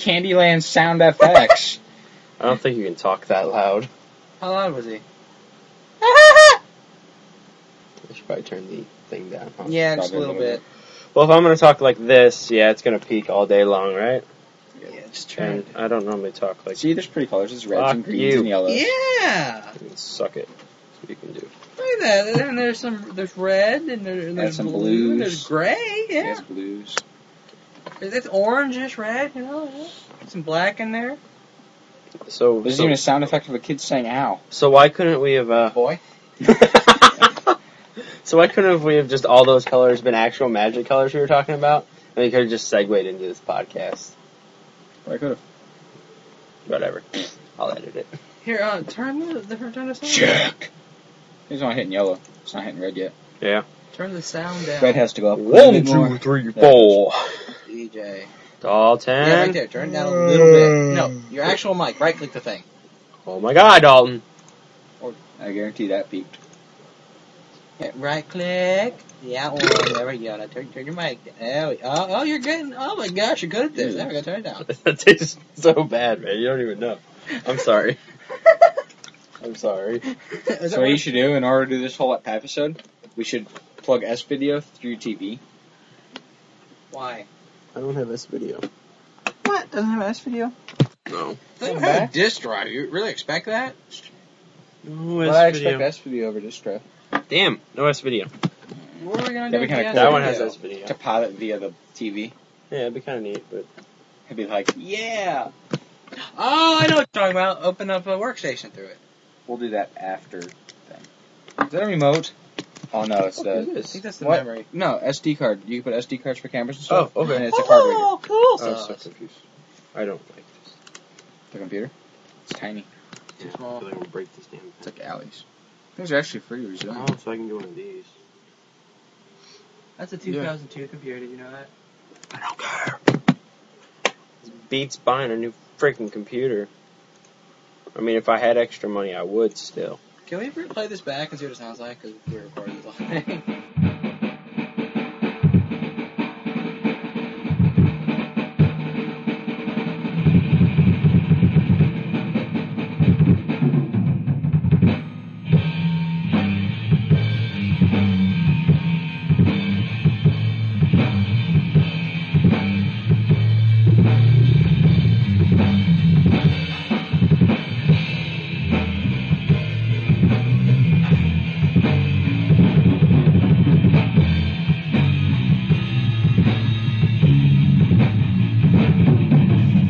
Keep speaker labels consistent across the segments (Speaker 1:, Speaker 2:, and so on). Speaker 1: Candyland sound FX.
Speaker 2: I don't think you can talk that loud.
Speaker 1: How loud was he?
Speaker 2: I should probably turn the thing down. huh?
Speaker 1: yeah, just a
Speaker 3: Probably
Speaker 1: little
Speaker 3: a little
Speaker 1: bit.
Speaker 2: Well, if I'm gonna talk like this, yeah, it's gonna peak all day long, right?
Speaker 3: bit.
Speaker 1: Yeah, just try.
Speaker 2: And I don't normally talk like.
Speaker 3: See, there's pretty colors. There's reds
Speaker 2: Fuck
Speaker 3: and greens
Speaker 2: you.
Speaker 3: and yellows.
Speaker 1: Yeah,
Speaker 2: You can Suck it. That's what you can do.
Speaker 1: look at that. And there's some. There's red and there, and there's
Speaker 3: some
Speaker 1: blue. And there's
Speaker 3: blues.
Speaker 1: gray. Yeah,
Speaker 3: Yes, blues.
Speaker 1: it's orangish red. You know, yeah. some black in there.
Speaker 2: So,
Speaker 3: There's
Speaker 2: so,
Speaker 3: even a sound effect of a kid saying "ow."
Speaker 2: so why couldn't we have? Uh,
Speaker 1: Boy,
Speaker 2: so why couldn't we have just all those colors been actual magic colors we were talking about, and we could have just segued into this podcast?
Speaker 3: I could have.
Speaker 2: Whatever. I'll edit it.
Speaker 1: here, uh, turn the, the turn the sound.
Speaker 3: Check. It's not hitting yellow. It's not hitting red yet.
Speaker 1: Turn the sound down.
Speaker 3: Red has to go up.
Speaker 2: One, two, three, four.
Speaker 1: DJ.
Speaker 2: Dalton.
Speaker 1: Yeah, right there. Turn it down a little bit. No, your actual mic. Right click the thing.
Speaker 2: Oh my God, Dalton.
Speaker 3: I guarantee that peaked.
Speaker 1: Yeah, right click. Yeah, well, there we go. Now turn, turn your mic. There we oh, oh, you're getting. Oh my gosh, you're good at this. There we go. Turn it down.
Speaker 2: that tastes so bad, man. You don't even know. I'm sorry. I'm sorry.
Speaker 1: Is
Speaker 3: So
Speaker 1: that
Speaker 3: what you
Speaker 1: right?
Speaker 3: should do in order to do this whole episode, we should plug S video through TV.
Speaker 1: Why?
Speaker 2: I don't have this video.
Speaker 1: What? Doesn't have S video?
Speaker 2: No.
Speaker 1: Doesn't
Speaker 3: Come
Speaker 1: have a
Speaker 3: back.
Speaker 1: disk drive. You really expect that?
Speaker 2: No
Speaker 3: Well, I expect S video over disk drive
Speaker 2: Damn, no S video.
Speaker 1: What are we gonna
Speaker 3: That'd
Speaker 1: do?
Speaker 3: be
Speaker 1: with
Speaker 3: kinda cool.
Speaker 1: the S
Speaker 2: That one
Speaker 1: video?
Speaker 2: has S video.
Speaker 3: to pilot via the TV.
Speaker 2: Yeah, it'd be kind of neat, but
Speaker 3: It'd be like,
Speaker 1: Yeah. Oh, I know what you're talking about. Open up a workstation through it.
Speaker 3: we'll do that after. Then. Is that a remote? Oh no, it's
Speaker 2: What
Speaker 3: the
Speaker 2: is
Speaker 1: I
Speaker 2: this?
Speaker 1: think that's the
Speaker 3: What?
Speaker 1: memory.
Speaker 3: no SD card. You can put SD cards for cameras and stuff.
Speaker 2: Oh, okay.
Speaker 3: And it's a card reader.
Speaker 1: oh, cool.
Speaker 2: I'm so
Speaker 1: sauce.
Speaker 2: confused. I don't like this.
Speaker 3: The computer. It's tiny.
Speaker 1: Too small.
Speaker 2: I feel like we'll break this damn thing. Oh,
Speaker 3: It's like Alley's. Those are actually pretty resilient.
Speaker 2: so I can do one of these.
Speaker 1: That's a
Speaker 3: Yeah.
Speaker 1: 2002 computer. Did you know that?
Speaker 2: I don't care. This beats buying a new freaking computer. I mean, if I had extra money, I would still.
Speaker 1: Can we play this back and see what it sounds like? Because we're recording this all day.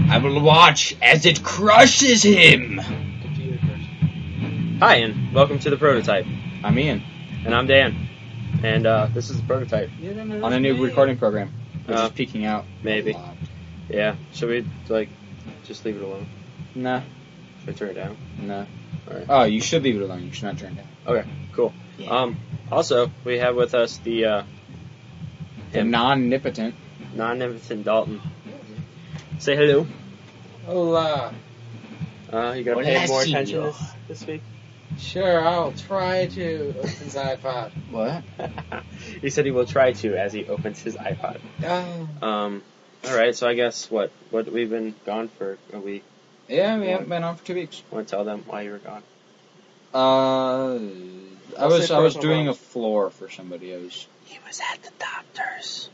Speaker 3: I will watch as it crushes him.
Speaker 2: Hi, and welcome to the prototype.
Speaker 3: I'm Ian
Speaker 2: And I'm Dan. And uh, this is the prototype.
Speaker 3: on a new recording program, which
Speaker 2: Uh,
Speaker 3: is peeking out.
Speaker 2: maybe.
Speaker 3: a lot.
Speaker 2: Yeah. Should we like just leave it alone?
Speaker 3: Nah,
Speaker 2: Should I turn it down?
Speaker 3: nah.
Speaker 2: Alright.
Speaker 3: Oh, you should leave it alone. You should not turn it down. Yeah.
Speaker 2: Um. Also, we have with us the uh,
Speaker 3: The
Speaker 2: him,
Speaker 3: non-nipotent.
Speaker 2: non-Emerson Dalton. Say hello.
Speaker 1: Hola.
Speaker 2: Uh, you gonna
Speaker 3: Hola,
Speaker 2: pay more
Speaker 3: senor.
Speaker 2: attention this, this week?
Speaker 1: Sure, I'll try to open iPod.
Speaker 3: What?
Speaker 2: he said he will try to as he opens his iPod.
Speaker 1: Oh.
Speaker 2: Um. All right. So I guess what what we've been gone for a week.
Speaker 3: Yeah, we haven't been on for two weeks.
Speaker 2: Want to tell them why you were gone?
Speaker 3: Uh, I
Speaker 2: I'll
Speaker 3: was
Speaker 2: say
Speaker 3: I was
Speaker 2: personal
Speaker 3: doing a
Speaker 2: problems.
Speaker 3: floor for somebody. I was
Speaker 2: He was at the doctor's.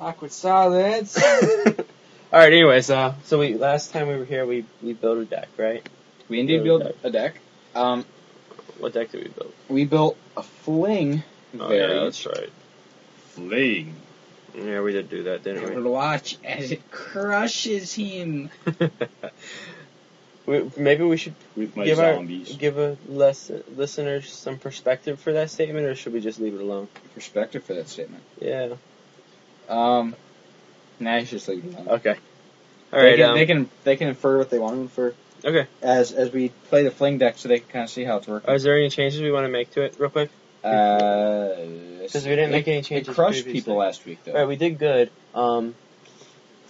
Speaker 1: Awkward silence.
Speaker 2: All right. Anyways, uh, so we last time we were here, we we built a deck, right?
Speaker 3: we indeed
Speaker 2: Okay.
Speaker 3: built a deck. Um,
Speaker 2: What deck did we build?
Speaker 3: we built a fling variant.
Speaker 2: right.
Speaker 3: Fling.
Speaker 2: Yeah, we did do that,
Speaker 3: I
Speaker 2: didn't
Speaker 3: will watch as it crushes him
Speaker 2: we? we maybe we should
Speaker 3: with
Speaker 2: give our give a less listeners some perspective for that statement, or should we just leave it alone?
Speaker 3: perspective for that statement.
Speaker 2: Yeah.
Speaker 3: Um, nah, you should just leave it alone.
Speaker 2: Okay. All
Speaker 3: they,
Speaker 2: right.
Speaker 3: can,
Speaker 2: um,
Speaker 3: they can they can infer what they want to infer
Speaker 2: okay.
Speaker 3: as as we play the fling deck, so they can kind of see how it's working.
Speaker 2: Uh, is there any changes we want to make to it, real quick?
Speaker 3: Uh,
Speaker 2: Because we didn't make any
Speaker 3: It
Speaker 2: changes.
Speaker 3: crushed
Speaker 2: previously.
Speaker 3: people last week,
Speaker 2: All right,
Speaker 3: though.
Speaker 2: we did good. Um,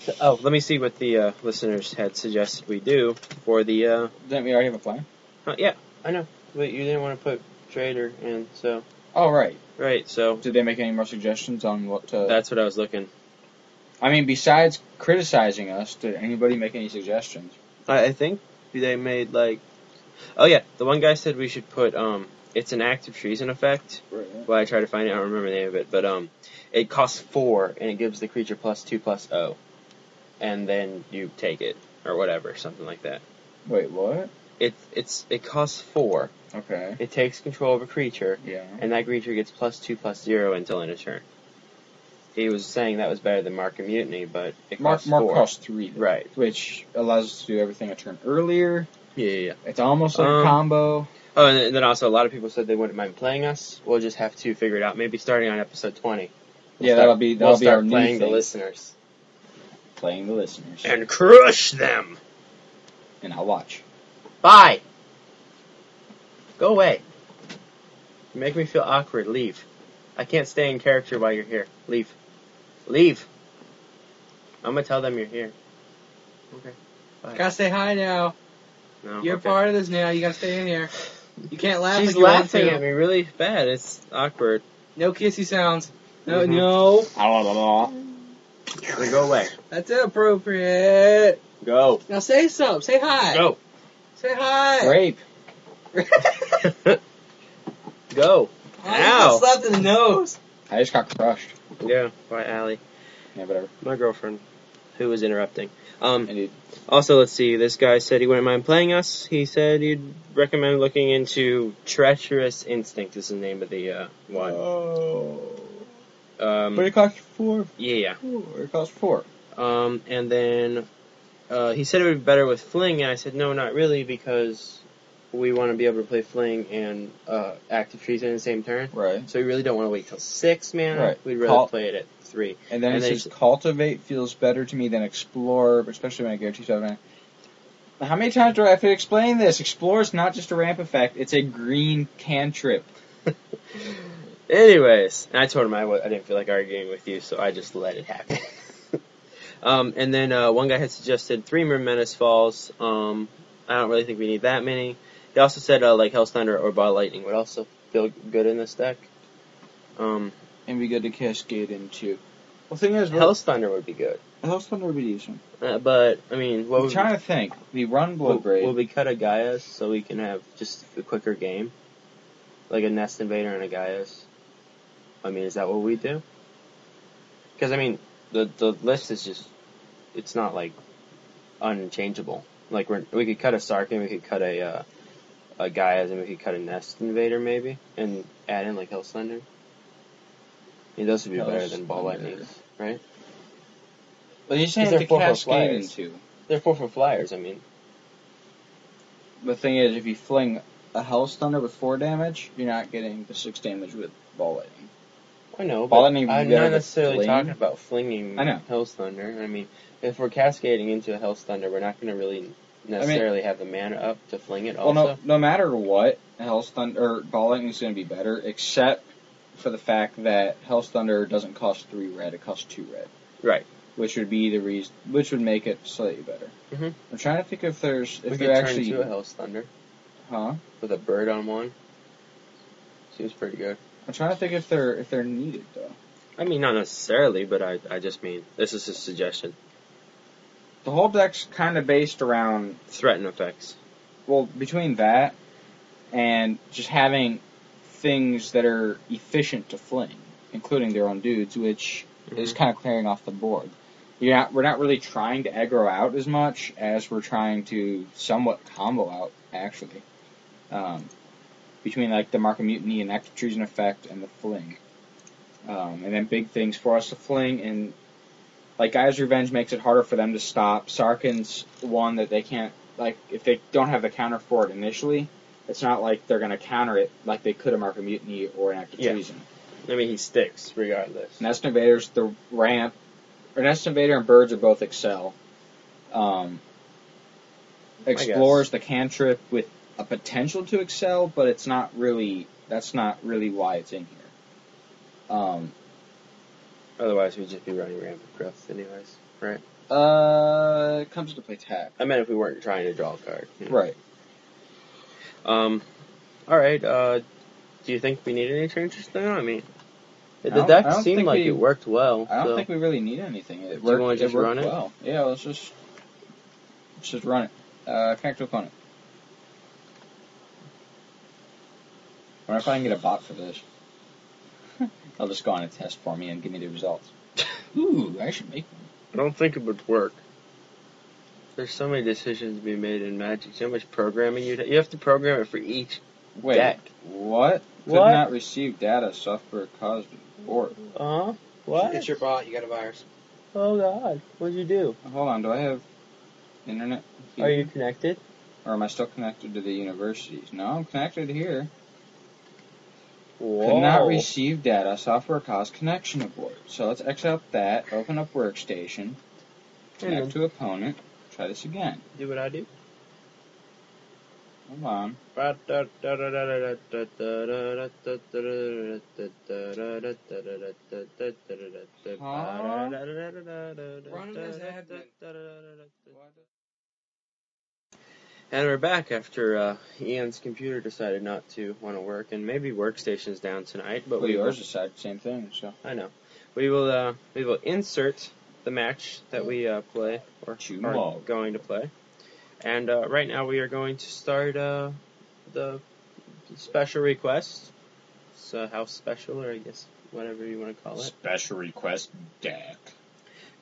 Speaker 2: so- oh, let me see what the uh, listeners had suggested we do for the. Uh,
Speaker 3: Didn't we already have a plan?
Speaker 2: uh, yeah, I know, but you didn't want to put trader in, so
Speaker 3: Oh, right.
Speaker 2: right, so
Speaker 3: Did they make any more suggestions on what to?
Speaker 2: that's what I was looking.
Speaker 3: I mean, besides criticizing us, did anybody make any suggestions?
Speaker 2: I, I think they made like, oh yeah, the one guy said we should put um, it's an active treason effect. Well, I tried to find it. I don't remember the name of it, but um, it costs four and it gives the creature plus two plus O, and then you take it or whatever, something like that.
Speaker 3: Wait, what?
Speaker 2: It's it's it costs four.
Speaker 3: Okay.
Speaker 2: It takes control of a creature,
Speaker 3: Yeah.
Speaker 2: and that creature gets plus two plus zero until end of turn. He was saying that was better than Mark of Mutiny, but it
Speaker 3: Mark
Speaker 2: costs
Speaker 3: Mark
Speaker 2: four.
Speaker 3: costs three, though,
Speaker 2: Right.
Speaker 3: which allows us to do everything a turn earlier.
Speaker 2: Yeah, yeah, yeah.
Speaker 3: It's almost like
Speaker 2: Um,
Speaker 3: a combo.
Speaker 2: Oh, and then also a lot of people said they wouldn't mind playing us. We'll just have to figure it out. Maybe starting on episode twenty. We'll
Speaker 3: Yeah,
Speaker 2: start-
Speaker 3: that'll be that'll
Speaker 2: we'll
Speaker 3: be
Speaker 2: start
Speaker 3: our new
Speaker 2: playing the
Speaker 3: thing.
Speaker 2: listeners
Speaker 3: Playing the listeners,
Speaker 2: and crush them.
Speaker 3: and I'll watch.
Speaker 2: Bye. Go away. You make me feel awkward. Leave. I can't stay in character while you're here. Leave. Leave. I'm gonna tell them you're here. Okay. Bye.
Speaker 1: Gotta say hi now.
Speaker 2: No,
Speaker 1: You're
Speaker 2: okay.
Speaker 1: part of this now. You gotta stay in here. You can't laugh.
Speaker 2: She's
Speaker 1: like you want
Speaker 2: laughing
Speaker 1: to.
Speaker 2: at me really bad. It's awkward.
Speaker 1: No kissy sounds. No,
Speaker 2: Mhm.
Speaker 1: no.
Speaker 3: Ah,
Speaker 2: So go away.
Speaker 1: That's inappropriate.
Speaker 2: Go.
Speaker 1: Now say something. Say hi.
Speaker 2: Go.
Speaker 1: Say hi.
Speaker 3: Rape.
Speaker 2: go.
Speaker 1: I just slapped in the nose.
Speaker 3: I just got crushed.
Speaker 2: Yeah. Bye, Allie.
Speaker 3: Yeah, whatever.
Speaker 2: My girlfriend, who was interrupting. Um.
Speaker 3: Indeed.
Speaker 2: Also, let's see. This guy said he wouldn't mind playing us. He said he'd recommend looking into Treacherous Instinct is the name of the uh, one.
Speaker 3: Oh.
Speaker 2: Um,
Speaker 3: But it costs four.
Speaker 2: yeah, yeah.
Speaker 3: four. It costs four.
Speaker 2: Um, and then uh, he said it would be better with Fling, and I said no, not really, because we want to be able to play Fling and uh, Active Treason in the same turn.
Speaker 3: Right.
Speaker 2: So we really don't want to wait till six, man.
Speaker 3: Right.
Speaker 2: We'd rather
Speaker 3: Call-
Speaker 2: play it at three.
Speaker 3: And then
Speaker 2: And
Speaker 3: it
Speaker 2: then
Speaker 3: says cultivate feels better to me than explore, especially when I go to seven. How many times do I have to explain this? Explore is not just a ramp effect; it's a green cantrip.
Speaker 2: Anyways, and I told him I w- I didn't feel like arguing with you, so I just let it happen. um, and then uh, one guy had suggested three more Menace Falls. Um, I don't really think we need that many. He also said uh, like Hell's Thunder or Ball Lightning would also feel good in this deck. Um,
Speaker 3: And we go to cascade into. Well, thing is,
Speaker 2: Hell's Thunder would be good,
Speaker 3: Hell's Thunder would be decent.
Speaker 2: uh, but I mean, what
Speaker 3: I'm
Speaker 2: would
Speaker 3: trying
Speaker 2: we,
Speaker 3: to think. We run
Speaker 2: will,
Speaker 3: blood braid.
Speaker 2: will we cut a Gaius so we can have just a quicker game, like a Nest Invader and a Gaius? I mean, is that what we do? Because I mean, the the list is just it's not like unchangeable. Like we're, we could cut a Sarkin, we could cut a uh, a Gaius, and we could cut a Nest Invader maybe, and add in like Hellslender. I mean, those would be better than Ball
Speaker 3: Hellslender.
Speaker 2: Lightning, right?
Speaker 3: well, you just
Speaker 2: is
Speaker 3: have
Speaker 2: there
Speaker 3: to
Speaker 2: four for
Speaker 3: cascade
Speaker 2: flyers?
Speaker 3: into.
Speaker 2: They're four for flyers. I mean,
Speaker 3: The thing is, if you fling a Hell's Thunder with four damage, you're not getting the six damage with ball lightning.
Speaker 2: I know,
Speaker 3: Ball
Speaker 2: but
Speaker 3: lightning would
Speaker 2: I'm
Speaker 3: be better
Speaker 2: not
Speaker 3: than
Speaker 2: necessarily
Speaker 3: fling.
Speaker 2: talking about flinging
Speaker 3: I know.
Speaker 2: Hell's Thunder. I mean, if we're cascading into a Hell's Thunder, we're not going to really necessarily have the mana up to fling it. Also,
Speaker 3: Well, no, no matter what, Hell's Thunder or Ball Lightning's going to be better, except for the fact that Hell's Thunder doesn't cost three red; it costs two red.
Speaker 2: Right.
Speaker 3: Which would be the reason, which would make it slightly better.
Speaker 2: Mhm.
Speaker 3: I'm trying to think if there's if
Speaker 2: we could
Speaker 3: they're
Speaker 2: turn
Speaker 3: actually
Speaker 2: to a Hell's Thunder
Speaker 3: huh.
Speaker 2: with a bird on one. Seems pretty good.
Speaker 3: I'm trying to think if they're if they're needed though.
Speaker 2: I mean, not necessarily, but I I just mean this is a suggestion.
Speaker 3: The whole deck's kind of based around
Speaker 2: Threaten effects.
Speaker 3: well between that and just having things that are efficient to fling, including their own dudes, which is kind of clearing off the board. You're not, we're not really trying to aggro out as much as we're trying to somewhat combo out, actually. Um, between like the Mark of Mutiny and Active Treason effect and the fling. Um, and then big things for us to fling and like Guy's Revenge makes it harder for them to stop. Sarkin's one that they can't like if they don't have the counter for it initially, it's not like they're gonna counter it like they could a Mark of Mutiny or an Active
Speaker 2: Yeah.
Speaker 3: Treason.
Speaker 2: I mean, he sticks regardless.
Speaker 3: Nest Invaders, the ramp, or Nest Invader and Birds are both Excel. Um, Explorers, the cantrip with a potential to Excel, but it's not really, that's not really why it's in here. Um,
Speaker 2: Otherwise, we'd just be running rampant growth, anyways.
Speaker 3: uh, it comes to play tap.
Speaker 2: I meant if we weren't trying to draw a card. you know.
Speaker 3: Right.
Speaker 2: Um, all right. Uh, do you think we need any changes now? I mean, The
Speaker 3: I don't- I
Speaker 2: deck
Speaker 3: don't
Speaker 2: seemed
Speaker 3: think
Speaker 2: like
Speaker 3: we-
Speaker 2: it worked well.
Speaker 3: I don't
Speaker 2: so-
Speaker 3: think we really need anything. It
Speaker 2: Do you
Speaker 3: worked,
Speaker 2: wanna just
Speaker 3: it worked
Speaker 2: run it?
Speaker 3: well. Yeah, let's just let's just run it. Uh, connect to opponent. I wonder if I can get a bot for this. They'll just go on a test for me and give me the results. Ooh, I should make one.
Speaker 2: I don't think it would work. There's so many decisions to be made in Magic. So much programming you you have to program it for each
Speaker 3: Wait,
Speaker 2: deck.
Speaker 3: what? Could
Speaker 2: What?
Speaker 3: not receive data software caused or
Speaker 2: Uh huh.
Speaker 1: It's your bot. You got a virus.
Speaker 2: Oh God! What'd you do?
Speaker 3: Hold on, do I have internet?
Speaker 2: Are you connected?
Speaker 3: Or am I still connected to the universities? No, I'm connected here.
Speaker 2: Whoa.
Speaker 3: Could not receive data. Software caused connection abort. So let's X out that. Open up workstation. Connect
Speaker 2: Hang
Speaker 3: to opponent. Try this again.
Speaker 2: Do what I do.
Speaker 3: Hold on.
Speaker 2: And we're back after uh, Ian's computer decided not to want to work, and maybe workstation's down tonight. But
Speaker 3: Well,
Speaker 2: we will-
Speaker 3: yours decide the same thing. So
Speaker 2: I know. We will uh, we will insert the match that we uh, play or are
Speaker 3: Tomorrow.
Speaker 2: going to play. And uh, right now we are going to start uh, the special request. So house special or I guess whatever you want to call it.
Speaker 3: special request deck.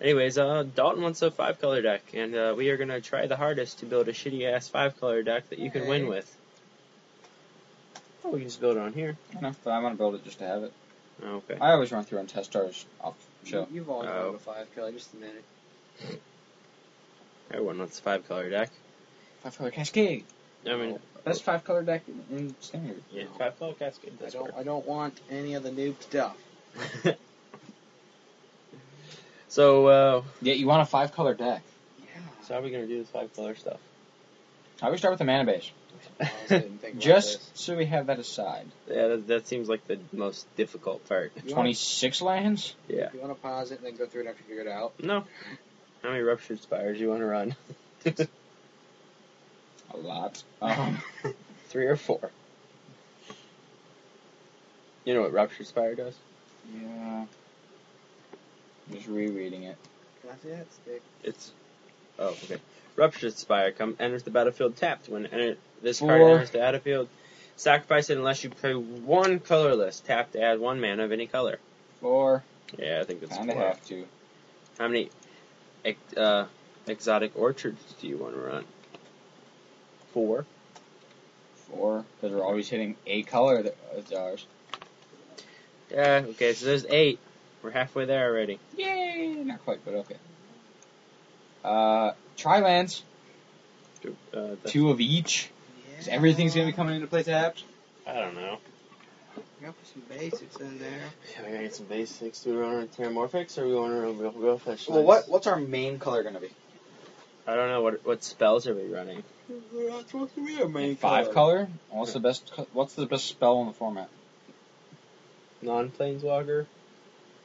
Speaker 2: Anyways, uh, Dalton wants a five color deck, and uh, we are gonna try the hardest to build a shitty ass five color deck that you can win
Speaker 1: Hey.
Speaker 2: with. Oh, we can just build it on here.
Speaker 3: Enough. But I want to build it just to have it.
Speaker 2: Oh, okay.
Speaker 3: I always run through and test ours off the show.
Speaker 1: You've always
Speaker 2: Oh.
Speaker 1: rolled a five kill. Just a minute.
Speaker 2: Everyone wants a five color deck.
Speaker 3: Five color cascade.
Speaker 2: I mean,
Speaker 3: Best five color deck in, in standard.
Speaker 2: yeah, five color cascade.
Speaker 1: I
Speaker 2: That's
Speaker 1: don't. I don't want any of the noob stuff.
Speaker 2: work. so, uh,
Speaker 3: Yeah, you want a five color deck.
Speaker 1: Yeah.
Speaker 2: so how are we gonna do this five color stuff?
Speaker 3: I would start with the mana base.
Speaker 1: I honestly didn't think about this.
Speaker 3: Just so we have that aside.
Speaker 2: Yeah, that, that seems like the most difficult part.
Speaker 1: You wanna-
Speaker 3: Twenty six lands.
Speaker 2: Yeah.
Speaker 1: You want to pause it and then go through it after you figure it out?
Speaker 2: No. How many ruptured spires you want to run?
Speaker 3: A lot. Um,
Speaker 2: Three or four. You know what ruptured spire does?
Speaker 3: yeah. Just rereading it.
Speaker 1: Can I see that stick?
Speaker 2: It's oh okay. Ruptured Spire come enters the battlefield tapped. When enter, this card
Speaker 3: Four.
Speaker 2: enters the battlefield, sacrifice it unless you play one colorless. Tap to add one mana of any color.
Speaker 3: Four.
Speaker 2: Yeah, I think that's
Speaker 3: Kind of
Speaker 2: four.
Speaker 3: have to.
Speaker 2: How many ex- uh, exotic orchards do you want to run? Four.
Speaker 3: Four. Because we're always hitting a color uh, that is ours.
Speaker 2: Yeah. Okay. So there's eight. We're halfway there already.
Speaker 3: Yay! Not quite, but okay. Uh, tri lands.
Speaker 2: Two- Uh, that's-
Speaker 3: Two of each. 'Cause everything's gonna be coming into play tapped.
Speaker 2: I don't know.
Speaker 1: You gotta put some basics in there.
Speaker 2: Yeah, we gotta get some basics. Do we want to run Terramorphics or we want to run real, real fish?
Speaker 3: what's our main color gonna be?
Speaker 2: I don't know what what spells are we running.
Speaker 1: We're not supposed to be a main
Speaker 3: Five color. What's the best? co- What's the best spell in the format?
Speaker 2: non planeswalker.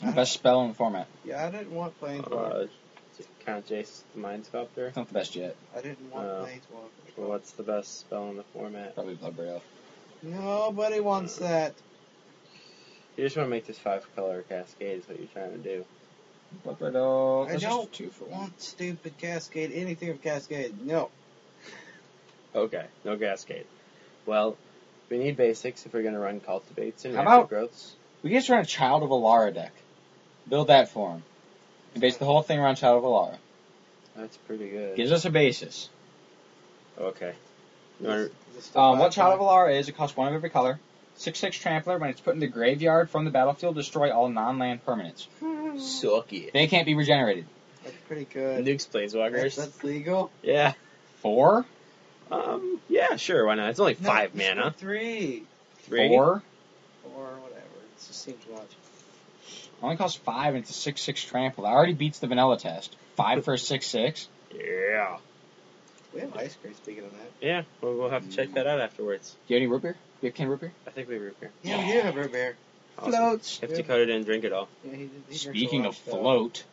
Speaker 3: Best spell in the format.
Speaker 1: Yeah, I didn't want planeswalker.
Speaker 2: Uh, Count Jace the Mind Sculptor.
Speaker 3: It's not the best yet.
Speaker 1: I didn't want
Speaker 2: uh,
Speaker 1: planeswalker.
Speaker 2: What's the best spell in the format?
Speaker 3: Probably Blood Braille.
Speaker 1: Nobody wants that.
Speaker 2: You just want to make this five color cascade is what you're trying to do.
Speaker 3: Blood Red Oak.
Speaker 1: I
Speaker 3: That's
Speaker 1: don't
Speaker 3: just two for
Speaker 1: I
Speaker 3: one.
Speaker 1: want stupid cascade. Anything of cascade. No.
Speaker 2: Okay, no cascade. Well, we need basics if we're going to run cultivates and
Speaker 3: How
Speaker 2: Rapid
Speaker 3: about-
Speaker 2: growths.
Speaker 3: We can just run a Child of Alara deck. Build that for him. And base the whole thing around Child of Alara.
Speaker 2: That's pretty good.
Speaker 3: Gives us a basis.
Speaker 2: Okay. You
Speaker 1: This-
Speaker 2: wanna-
Speaker 1: this
Speaker 3: Um, what
Speaker 1: five
Speaker 3: Child of
Speaker 1: color-
Speaker 3: Alara is, it costs one of every color. 6 6 Trampler, when it's put in the graveyard from the battlefield, destroy all non land permanents.
Speaker 2: Suck it.
Speaker 3: They can't be regenerated.
Speaker 1: That's pretty good.
Speaker 2: Nukes
Speaker 1: That's,
Speaker 2: planeswalkers.
Speaker 1: that's legal.
Speaker 2: yeah.
Speaker 3: Four?
Speaker 2: Um. Yeah. Sure. Why not? It's only
Speaker 1: No,
Speaker 2: five
Speaker 1: just put
Speaker 2: mana.
Speaker 1: Three.
Speaker 2: Three.
Speaker 3: Four?
Speaker 1: Or whatever. It just seems much.
Speaker 3: Only costs five and it's a 6 6 Trample. That already beats the vanilla test. Five for a 6 6.
Speaker 2: Yeah.
Speaker 1: We have ice cream, speaking of that.
Speaker 2: Yeah. Well, we'll have to check that out afterwards.
Speaker 3: Do you have any root beer? Do you have can root beer?
Speaker 2: I think we were here.
Speaker 1: Yeah, we do have root beer.
Speaker 2: Awesome.
Speaker 3: Floats!
Speaker 2: If
Speaker 1: Yeah.
Speaker 2: Dakota didn't drink it all.
Speaker 1: Yeah, he, he drinks a
Speaker 3: Speaking
Speaker 1: lot
Speaker 3: of
Speaker 1: stuff.
Speaker 3: float,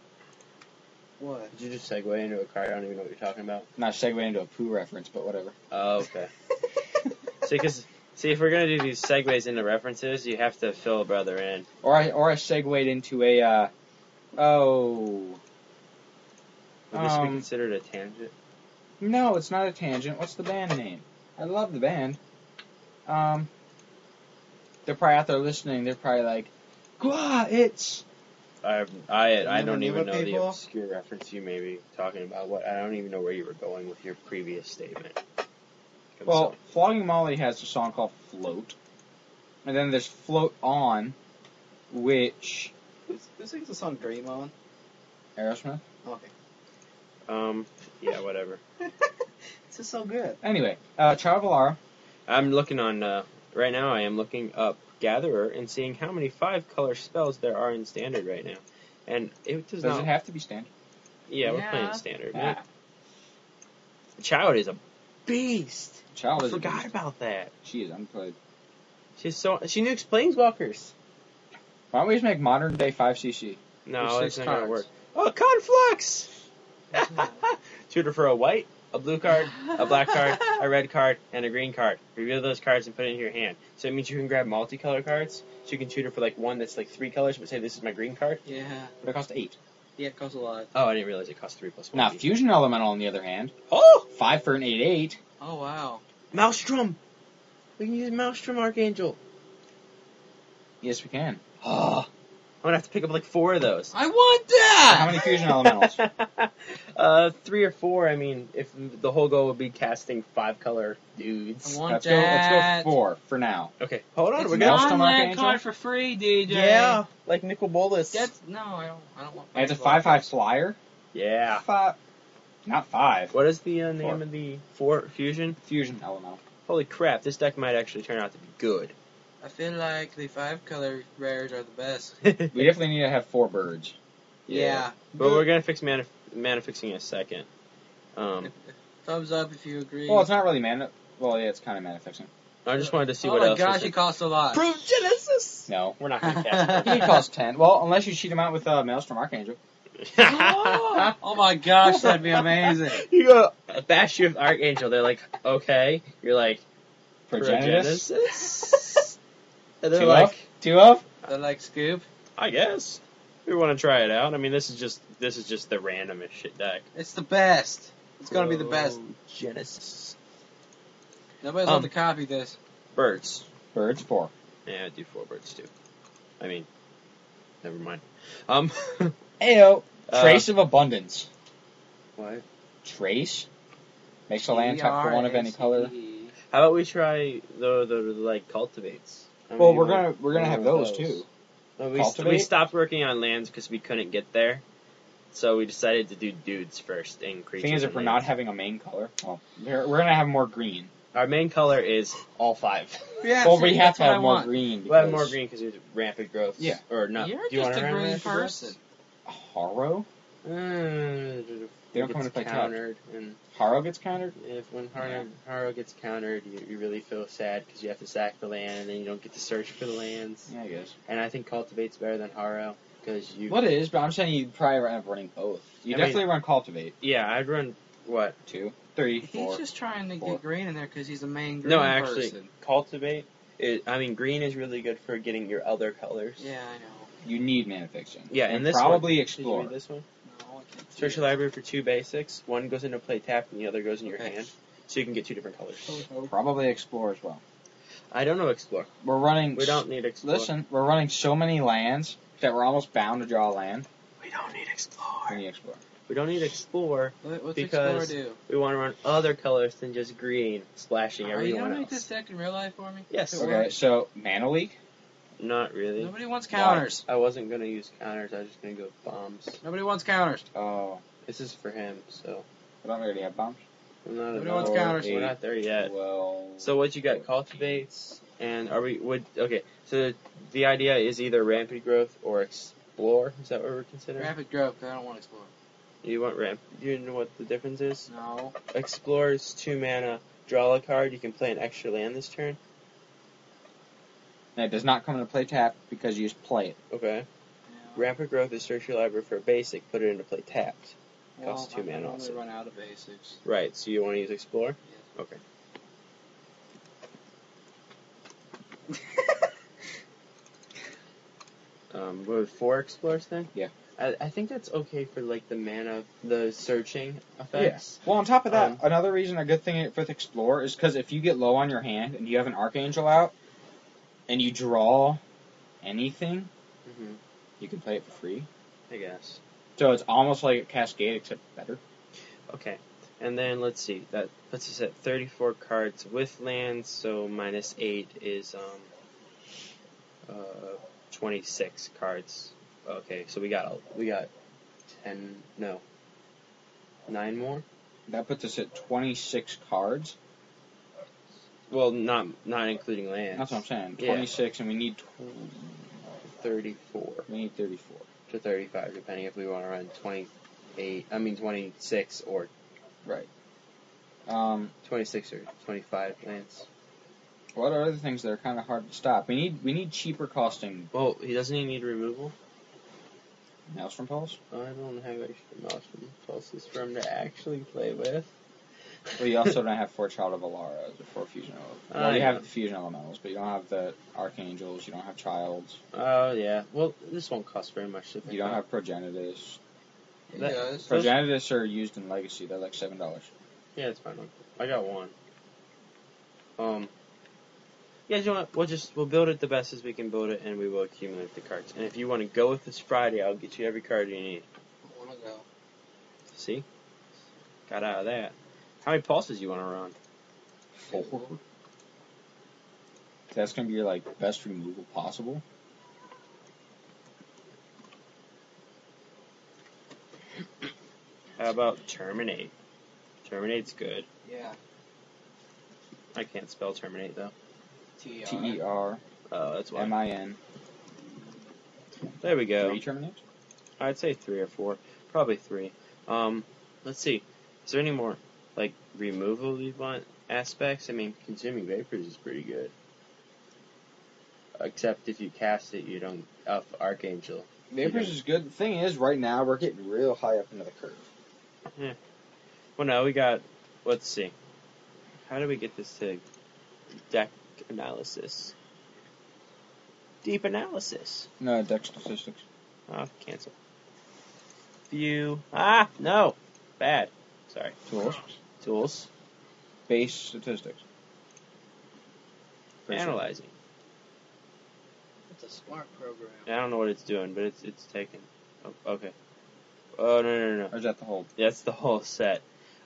Speaker 1: What?
Speaker 2: Did you just segue into a car? I don't even know what you're talking about.
Speaker 3: not segue into a poo reference, but whatever.
Speaker 2: Oh, okay. See, because See, if we're gonna do these segues into references, you have to fill a brother in.
Speaker 3: Or I or I segued into a uh, oh
Speaker 2: Would this be
Speaker 3: Um,
Speaker 2: considered a tangent?
Speaker 3: no, it's not a tangent. What's the band name? I love the band. Um, they're probably out there listening. They're probably like, "Gwa, it's
Speaker 2: I I, I
Speaker 3: Never
Speaker 2: don't
Speaker 3: knew
Speaker 2: even
Speaker 3: it,
Speaker 2: know the
Speaker 3: people.
Speaker 2: obscure reference you may be talking about. What I don't even know where you were going with your previous statement. I'm
Speaker 3: well."
Speaker 2: sorry.
Speaker 3: Flogging Molly has a song called "Float," and then there's "Float On," which
Speaker 4: Who, who sings the song Dream On?
Speaker 3: Aerosmith.
Speaker 4: Okay.
Speaker 2: um, yeah, whatever.
Speaker 4: This is so good.
Speaker 3: Anyway, uh, Child Valara.
Speaker 2: I'm looking on uh, right now. I am looking up Gatherer and seeing how many five color spells there are in Standard right now, and it does
Speaker 3: Does
Speaker 2: not.
Speaker 3: it have to be standard?
Speaker 2: yeah, we're
Speaker 1: Yeah.
Speaker 2: playing Standard. man.
Speaker 3: Ah,
Speaker 2: Child is a beast.
Speaker 3: Child
Speaker 2: I
Speaker 3: is. a
Speaker 2: forgot
Speaker 3: beast.
Speaker 2: about that.
Speaker 3: She is unplayed.
Speaker 2: She's so she nukes planeswalkers.
Speaker 3: Why don't we just make modern day five CC?
Speaker 2: No,
Speaker 3: There's
Speaker 2: that's
Speaker 3: six
Speaker 2: not gonna work.
Speaker 3: cards.
Speaker 2: Oh, conflux. Tutor for a white, a blue card, a black card, a red card, and a green card. Reveal those cards and put it in your hand. So it means you can grab multicolor cards. So you can tutor for like one that's like three colors, but say this is my green card.
Speaker 1: Yeah.
Speaker 3: But it costs eight.
Speaker 1: Yeah, it costs a lot.
Speaker 2: Oh, I didn't realize it cost three plus one.
Speaker 3: Now, Fusion Elemental, on the other hand,
Speaker 2: oh,
Speaker 3: five for an eight eight.
Speaker 1: Oh wow.
Speaker 2: Maelstrom. We can use Maelstrom Archangel.
Speaker 3: Yes, we can.
Speaker 2: Oh, I'm gonna have to pick up like four of those.
Speaker 1: I want that.
Speaker 3: How many fusion elementals?
Speaker 2: uh, three or four. I mean, if the whole goal would be casting five color dudes.
Speaker 1: I want
Speaker 3: Let's go.
Speaker 1: that.
Speaker 3: Let's go four for now.
Speaker 2: Okay, hold on.
Speaker 1: It's
Speaker 2: we're
Speaker 3: gonna-
Speaker 1: not
Speaker 2: going
Speaker 3: Maelstrom
Speaker 1: on that
Speaker 3: Archangel?
Speaker 1: card for free, DJ.
Speaker 2: Yeah, like Nicol Bolas.
Speaker 1: That's no, I don't. I don't want.
Speaker 3: And it's a
Speaker 1: Flashbulb.
Speaker 3: five five flyer.
Speaker 2: yeah.
Speaker 3: Five. Not five.
Speaker 2: What is the uh, name
Speaker 3: Four.
Speaker 2: of the fort fusion?
Speaker 3: Fusion elemental.
Speaker 2: Holy crap! This deck might actually turn out to be good.
Speaker 1: I feel like the five color rares are the best.
Speaker 3: We definitely need to have four birds.
Speaker 1: Yeah.
Speaker 2: But we're gonna fix mana, mana fixing in a second. Um,
Speaker 1: Thumbs up if you agree.
Speaker 3: Well, it's not really mana. Well, yeah, it's kind of mana fixing.
Speaker 2: I just wanted to see
Speaker 1: oh
Speaker 2: what
Speaker 1: my
Speaker 2: else.
Speaker 1: gosh,
Speaker 2: was in-
Speaker 1: it costs a lot.
Speaker 2: Prove Genesis.
Speaker 3: No.
Speaker 2: We're not gonna cast.
Speaker 3: He costs ten. Well, unless you cheat him out with uh, Maelstrom Archangel.
Speaker 1: oh, oh my gosh, that'd be amazing.
Speaker 2: you go a bash you with Archangel. They're like, okay. You're like
Speaker 3: Progenitus.
Speaker 2: Progenitus? and they're
Speaker 3: Two
Speaker 2: like,
Speaker 3: of. Two of.
Speaker 1: They're like scoop.
Speaker 2: I guess we want to try it out. I mean, this is just this is just the randomest shit deck.
Speaker 1: It's the best. It's gonna be the best.
Speaker 3: Oh.
Speaker 2: Genesis
Speaker 1: Nobody's
Speaker 2: Um,
Speaker 1: allowed to copy this.
Speaker 2: birds.
Speaker 3: Birds four.
Speaker 2: Yeah, I do four birds too. I mean, never mind. Um,
Speaker 3: Ayo.
Speaker 2: Uh,
Speaker 3: Trace of abundance.
Speaker 2: what?
Speaker 3: Trace. Makes a land tap for one of any
Speaker 1: T R A C E.
Speaker 3: color.
Speaker 2: How about we try the the, like cultivates? How
Speaker 3: Well,
Speaker 2: many
Speaker 3: we're
Speaker 2: were-
Speaker 3: gonna we're gonna
Speaker 2: how
Speaker 3: have
Speaker 2: many were
Speaker 3: those too.
Speaker 2: Well, we, st- we
Speaker 3: Cultivate?
Speaker 2: stopped working on lands because we couldn't get there, so we decided to do dudes first and creatures.
Speaker 3: Thing is, if
Speaker 2: and
Speaker 3: we're not
Speaker 2: lands.
Speaker 3: having a main color, well, we're, we're gonna have more green.
Speaker 2: our main color is all five.
Speaker 1: Yeah,
Speaker 3: well,
Speaker 1: see,
Speaker 3: we have
Speaker 1: that's
Speaker 3: to
Speaker 1: what I
Speaker 3: have more
Speaker 1: want.
Speaker 3: green.
Speaker 2: We'll have more
Speaker 3: because-
Speaker 2: green because there's rampant growth.
Speaker 3: Yeah.
Speaker 2: Or not.
Speaker 1: You're
Speaker 2: do you want
Speaker 1: just
Speaker 2: to
Speaker 1: a
Speaker 2: run
Speaker 1: green
Speaker 2: rampant growth?
Speaker 1: person.
Speaker 3: Haro?
Speaker 2: Mm,
Speaker 3: They don't
Speaker 2: it
Speaker 3: come
Speaker 2: gets
Speaker 3: into play
Speaker 2: countered, and
Speaker 3: Haro gets countered?
Speaker 2: if when Haro, Haro gets countered, you, you really feel sad because you have to sack the land, and then you don't get to search for the lands.
Speaker 3: Yeah, I guess.
Speaker 2: And I think cultivate's better than Haro because you.
Speaker 3: Well, it is, but I'm saying you'd probably end up running both. You
Speaker 2: I mean-
Speaker 3: definitely run Cultivate.
Speaker 2: Yeah, I'd run what
Speaker 3: Two, three,
Speaker 1: He's
Speaker 3: four.
Speaker 1: just trying to
Speaker 3: four.
Speaker 1: get green in there because he's the main green
Speaker 2: No, actually-
Speaker 1: person.
Speaker 2: cultivate. Is, I mean, green is really good for getting your other colors.
Speaker 1: Yeah, I know.
Speaker 3: You need mana fiction.
Speaker 2: Yeah,
Speaker 3: and,
Speaker 2: and this
Speaker 3: probably
Speaker 2: Did you read
Speaker 3: explore.
Speaker 2: this one?
Speaker 1: No, I can't see
Speaker 2: Search
Speaker 1: it.
Speaker 2: the library for two basics. One goes into play tapped, and the other goes in your
Speaker 1: Okay.
Speaker 2: hand, so you can get two different
Speaker 1: Oh,
Speaker 2: colors.
Speaker 3: Probably explore as well.
Speaker 2: I don't know explore.
Speaker 3: We're running.
Speaker 2: We don't need explore.
Speaker 3: Listen, we're running so many lands that we're almost bound to draw a land
Speaker 2: We don't need
Speaker 3: when
Speaker 2: explore.
Speaker 3: you explore.
Speaker 2: We don't need explore.
Speaker 1: What- What's
Speaker 2: Because-
Speaker 1: Explorer do?
Speaker 2: We want to run other colors than just green, splashing
Speaker 1: Are you
Speaker 2: everyone
Speaker 1: gonna
Speaker 2: else.
Speaker 1: make this deck in real life for me?
Speaker 2: Yes.
Speaker 1: If it
Speaker 3: Okay,
Speaker 1: works.
Speaker 3: so Mana Leak.
Speaker 2: Not really.
Speaker 1: Nobody wants counters.
Speaker 2: I wasn't gonna use counters. I was just gonna go bombs.
Speaker 1: Nobody wants counters.
Speaker 3: Oh,
Speaker 2: This is for him, so
Speaker 3: I don't really have bombs.
Speaker 2: I'm not.
Speaker 1: Nobody
Speaker 2: a-
Speaker 1: wants
Speaker 2: no,
Speaker 1: counters.
Speaker 2: We're not there yet.
Speaker 3: Well.
Speaker 2: So what you got? Cultivates and are we? Would okay. So the idea is either rampant growth or explore. Is that what we're considering?
Speaker 1: Rapid growth. 'cause I don't want Explorer.
Speaker 2: You want ramp? Do you know what the difference is?
Speaker 1: No.
Speaker 2: Explore is two mana. Draw a card. You can play an extra land this turn.
Speaker 3: That does not come into play tap because you just play it.
Speaker 2: Okay.
Speaker 1: Yeah.
Speaker 2: Rampant Growth is search your library for a basic, put it into play tapped.
Speaker 1: Well,
Speaker 2: costs two
Speaker 1: I'm
Speaker 2: mana
Speaker 1: gonna
Speaker 2: also.
Speaker 1: run out of basics.
Speaker 2: Right, so you want to use Explore?
Speaker 1: Yes.
Speaker 2: Okay. um, what was it, four explores thing?
Speaker 3: Yeah.
Speaker 2: I, I think that's okay for like the mana, the searching effects.
Speaker 3: Well, on top of that,
Speaker 2: Um,
Speaker 3: another reason a good thing for the Explorer is because if you get low on your hand and you have an Archangel out, and you draw anything,
Speaker 2: hmm
Speaker 3: you can play it for free.
Speaker 2: I guess.
Speaker 3: So it's almost like Cascade except better.
Speaker 2: Okay, and then let's see. That puts us at thirty-four cards with lands. So minus eight is um, uh, twenty-six cards. Okay, so we got a- we got ten. No, nine more.
Speaker 3: That puts us at 26 cards.
Speaker 2: Well, not not including lands.
Speaker 3: That's what I'm saying.
Speaker 2: Yeah.
Speaker 3: 26, and we need tw-
Speaker 2: Thirty-four.
Speaker 3: we need 34.
Speaker 2: to 35, depending if we want to run 28, I mean 26 or
Speaker 3: Um,
Speaker 2: 26 or 25 lands.
Speaker 3: what are other things that are kind of hard to stop? We need we need cheaper costing
Speaker 2: Well, he doesn't he need removal?
Speaker 3: Maelstrom Pulse.
Speaker 2: I don't have extra Maelstrom pulses for him to actually play with.
Speaker 3: We also don't have four Child of Alara or four Fusion. Ele- Well,
Speaker 2: I
Speaker 3: you
Speaker 2: know.
Speaker 3: have the Fusion Elementals, but you don't have the Archangels. You don't have Childs.
Speaker 2: Oh yeah. Well, this won't cost very much. To
Speaker 3: You
Speaker 2: pick
Speaker 3: don't
Speaker 2: up.
Speaker 3: have Progenitus.
Speaker 1: It
Speaker 2: That-
Speaker 1: does.
Speaker 2: Those-
Speaker 3: Progenitus are used in Legacy. They're like seven dollars.
Speaker 2: Yeah, it's fine. I got one. Um. Yeah, you know what? We'll just we'll build it the best as we can build it, and we will accumulate the cards. And if you want to go with this Friday, I'll get you every card you need.
Speaker 1: I wanna go.
Speaker 2: See? Got out of that. How many pulses you want to run?
Speaker 3: Four. That's gonna be your like best removal possible.
Speaker 2: How about terminate? Terminate's good.
Speaker 1: Yeah.
Speaker 2: I can't spell terminate though.
Speaker 1: T
Speaker 3: T E R
Speaker 2: Uh, that's why.
Speaker 3: M I N.
Speaker 2: there we go.
Speaker 3: Three terminators.
Speaker 2: I'd say three or four, probably three. Um, let's see. Is there any more like removal you want aspects? I mean, consuming vapors is pretty good. Except if you cast it, you don't up archangel.
Speaker 3: Vapors is good. The thing is, right now we're getting real high up into the curve.
Speaker 2: Well, no, we got. Let's see. How do we get this to deck analysis? Deep analysis.
Speaker 3: No, deck statistics.
Speaker 2: Oh, cancel. View. Ah, no. Bad. Sorry.
Speaker 3: Tools.
Speaker 2: Tools.
Speaker 3: Base statistics. Pretty sure.
Speaker 2: Analyzing.
Speaker 1: It's a smart program.
Speaker 2: I don't know what it's doing, but it's it's taken. Oh, okay. Oh no no no. no.
Speaker 3: Or is that the whole?
Speaker 2: That's the whole set.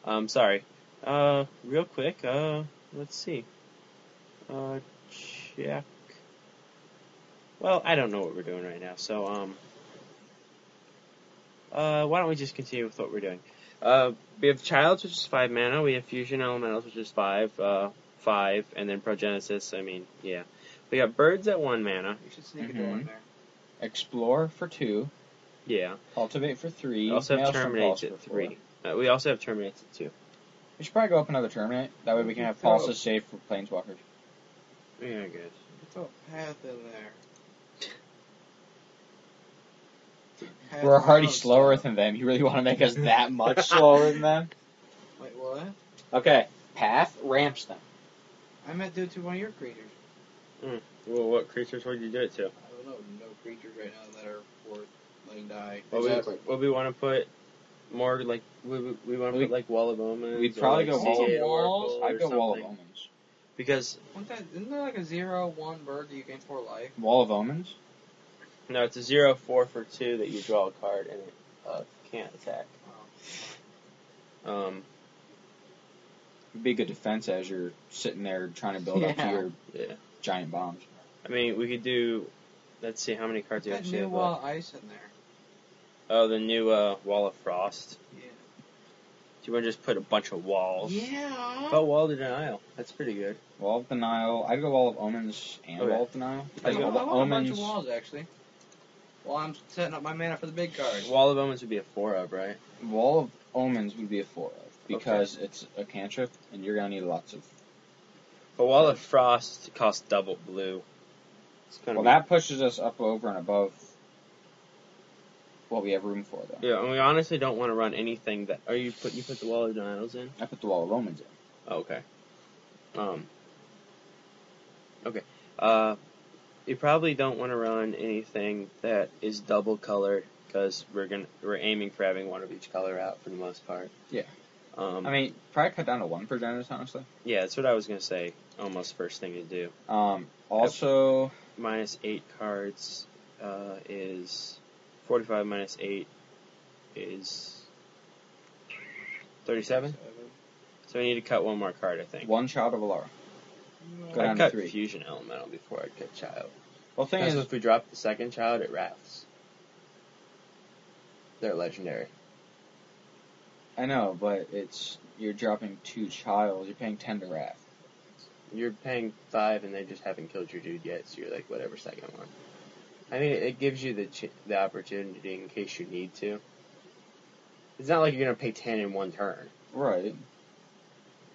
Speaker 2: Um, sorry. Uh, real quick. Uh, let's see. Uh, check. Well, I don't know what we're doing right now, so um. Uh, why don't we just continue with what we're doing? Uh, we have Childs, which is five mana. We have Fusion Elementals, which is five, uh, five, and then Progenesis. I mean, yeah. We got Birds at one mana.
Speaker 1: You should sneak
Speaker 2: Mm-hmm.
Speaker 1: a
Speaker 3: Mhm.
Speaker 1: door in there.
Speaker 3: Explore for two.
Speaker 2: Yeah.
Speaker 3: Cultivate for three.
Speaker 2: We also have
Speaker 3: Maelstrom Pulse
Speaker 2: Terminates
Speaker 3: for
Speaker 2: at
Speaker 3: four.
Speaker 2: three. Uh, we also have Terminates at two.
Speaker 3: We should probably go up another terminate. That way we can have
Speaker 1: Throw-
Speaker 3: pulses saved for planeswalkers.
Speaker 2: Yeah, I guess.
Speaker 4: Throw a path in there. Path
Speaker 3: We're already
Speaker 4: around
Speaker 3: slower
Speaker 4: stuff.
Speaker 3: than them. You really want to make us that much slower than them?
Speaker 4: Wait, what?
Speaker 3: Okay. Path ramps them.
Speaker 4: I meant do it to one of your creatures.
Speaker 2: Well, what creatures would you do it to?
Speaker 4: I don't know, no creatures right now that are worth letting die.
Speaker 2: Well, we, well, we want to put more like we we, we want to
Speaker 3: We-
Speaker 2: put like Wall of Omens.
Speaker 3: We'd
Speaker 2: or,
Speaker 3: probably
Speaker 2: like,
Speaker 3: go Wall of
Speaker 2: Seagate
Speaker 1: Omens.
Speaker 2: Oracle
Speaker 3: I'd
Speaker 2: or
Speaker 3: go Wall of
Speaker 2: something.
Speaker 3: Omens.
Speaker 2: Because
Speaker 4: Isn't that, isn't that like a zero, one bird that you gain four life?
Speaker 3: Wall of Omens?
Speaker 2: no, it's a zero four for two that you draw a card and it uh, can't attack. Um,
Speaker 3: Would be a good defense as you're sitting there trying to build up to
Speaker 4: Yeah.
Speaker 3: your
Speaker 2: yeah.
Speaker 3: giant bombs.
Speaker 2: I mean, we could do. Let's see how many cards
Speaker 4: Put
Speaker 2: you
Speaker 4: that
Speaker 2: actually
Speaker 4: new
Speaker 2: have. left.
Speaker 4: wall ice in there.
Speaker 2: Oh, the new uh, Wall of Frost.
Speaker 4: Yeah.
Speaker 2: Do you want to just put a bunch of walls?
Speaker 4: Yeah.
Speaker 2: Oh, Wall of Denial. That's pretty good.
Speaker 3: Wall of Denial. I'd go Wall of Omens and
Speaker 2: Okay.
Speaker 3: Wall of Denial.
Speaker 2: I
Speaker 3: I'd
Speaker 2: go-
Speaker 3: go
Speaker 4: I
Speaker 3: Wall
Speaker 4: want
Speaker 3: of
Speaker 4: a bunch of
Speaker 3: Omens.
Speaker 4: walls actually. While I'm setting up my mana for the big card.
Speaker 2: Wall of Omens would be a four of, right?
Speaker 3: Wall of Omens would be a four of because it's a cantrip and you're gonna need lots of.
Speaker 2: But Wall of Frost costs double blue. It's gonna
Speaker 3: Well,
Speaker 2: be-
Speaker 3: that pushes us up over and above what we have room for, though.
Speaker 2: Yeah, and we honestly don't want to run anything that. Are you put you put the Wall of Denials in?
Speaker 3: I put the Wall of Omens in.
Speaker 2: Oh, okay. Um. Okay. Uh, you probably don't want to run anything that is double colored because we're gonna we're aiming for having one of each color out for the most part.
Speaker 3: Yeah.
Speaker 2: Um,
Speaker 3: I mean, probably cut down to one for Dennis, honestly.
Speaker 2: yeah, that's what I was gonna say. Almost first thing to do.
Speaker 3: Um, also,
Speaker 2: Minus eight cards uh, is forty-five. Minus eight is thirty-seven. So we need to cut one more card, I think.
Speaker 3: one child of Alara. Go
Speaker 2: I
Speaker 3: down to
Speaker 2: cut
Speaker 3: three.
Speaker 2: fusion elemental before I cut child.
Speaker 3: Well, thing
Speaker 2: Because
Speaker 3: is,
Speaker 2: if we drop the second child, it wraps. They're legendary.
Speaker 3: I know, but it's you're dropping two child. You're paying ten to Wrath.
Speaker 2: You're paying five, and they just haven't killed your dude yet, so you're like whatever second one. I mean, it gives you the ch- the opportunity in case you need to. It's not like you're gonna pay ten in one turn.
Speaker 3: Right.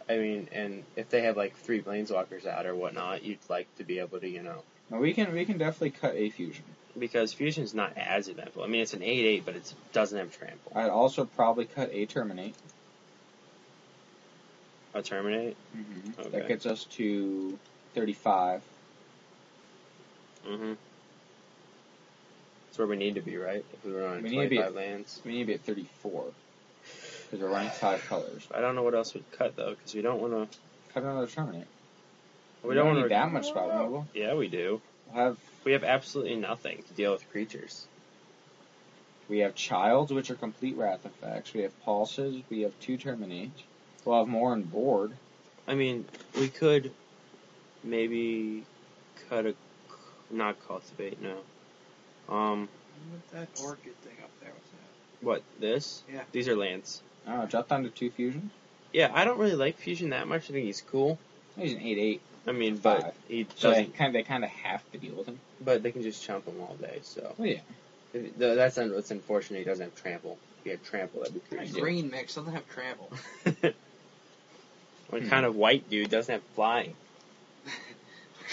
Speaker 2: I mean, and if they have like three planeswalkers out or whatnot, you'd like to be able to, you know,
Speaker 3: Now we can we can definitely cut a fusion.
Speaker 2: because fusion's not as eventful. I mean, it's an eight eight, but it doesn't have trample.
Speaker 3: I'd also probably cut a terminate.
Speaker 2: A terminate.
Speaker 3: Mm-hmm.
Speaker 2: Okay.
Speaker 3: That gets us to thirty-five.
Speaker 2: Mm-hmm. That's where we need to be, right? If we were on
Speaker 3: We need to be-
Speaker 2: 25 lands.
Speaker 3: We need to be at thirty-four because we're running five colors.
Speaker 2: I don't know what else we'd cut though, because we don't want
Speaker 3: Cut another terminate.
Speaker 2: to.
Speaker 3: We
Speaker 2: We don't
Speaker 3: don't
Speaker 2: want
Speaker 3: need
Speaker 2: to.
Speaker 3: that much spot removal.
Speaker 2: Yeah, we do.
Speaker 3: We'll have
Speaker 2: We have absolutely nothing to deal with creatures.
Speaker 3: we have childs, which are complete wrath effects. We have pulses. We have two terminates. We'll have more on board.
Speaker 2: I mean, we could maybe cut a not cultivate no. Um,
Speaker 4: What that orchid thing up there was that?
Speaker 2: what this?
Speaker 4: Yeah.
Speaker 2: These are lands.
Speaker 3: Oh, drop down to two fusions.
Speaker 2: Yeah, I don't really like fusion that much. I think he's cool.
Speaker 3: He's an eight-eight,
Speaker 2: I mean, but
Speaker 3: Five.
Speaker 2: he
Speaker 3: so they
Speaker 2: doesn't.
Speaker 3: kind of, they kind of have to deal with him.
Speaker 2: But they can just chomp him all day. So
Speaker 3: Oh yeah.
Speaker 2: If- though that's un- what's unfortunate. He doesn't have trample. If he had trample, that'd be
Speaker 4: Kinda
Speaker 2: crazy.
Speaker 4: Green mix doesn't have trample.
Speaker 2: What
Speaker 3: Hmm.
Speaker 2: kind of white dude doesn't have flying?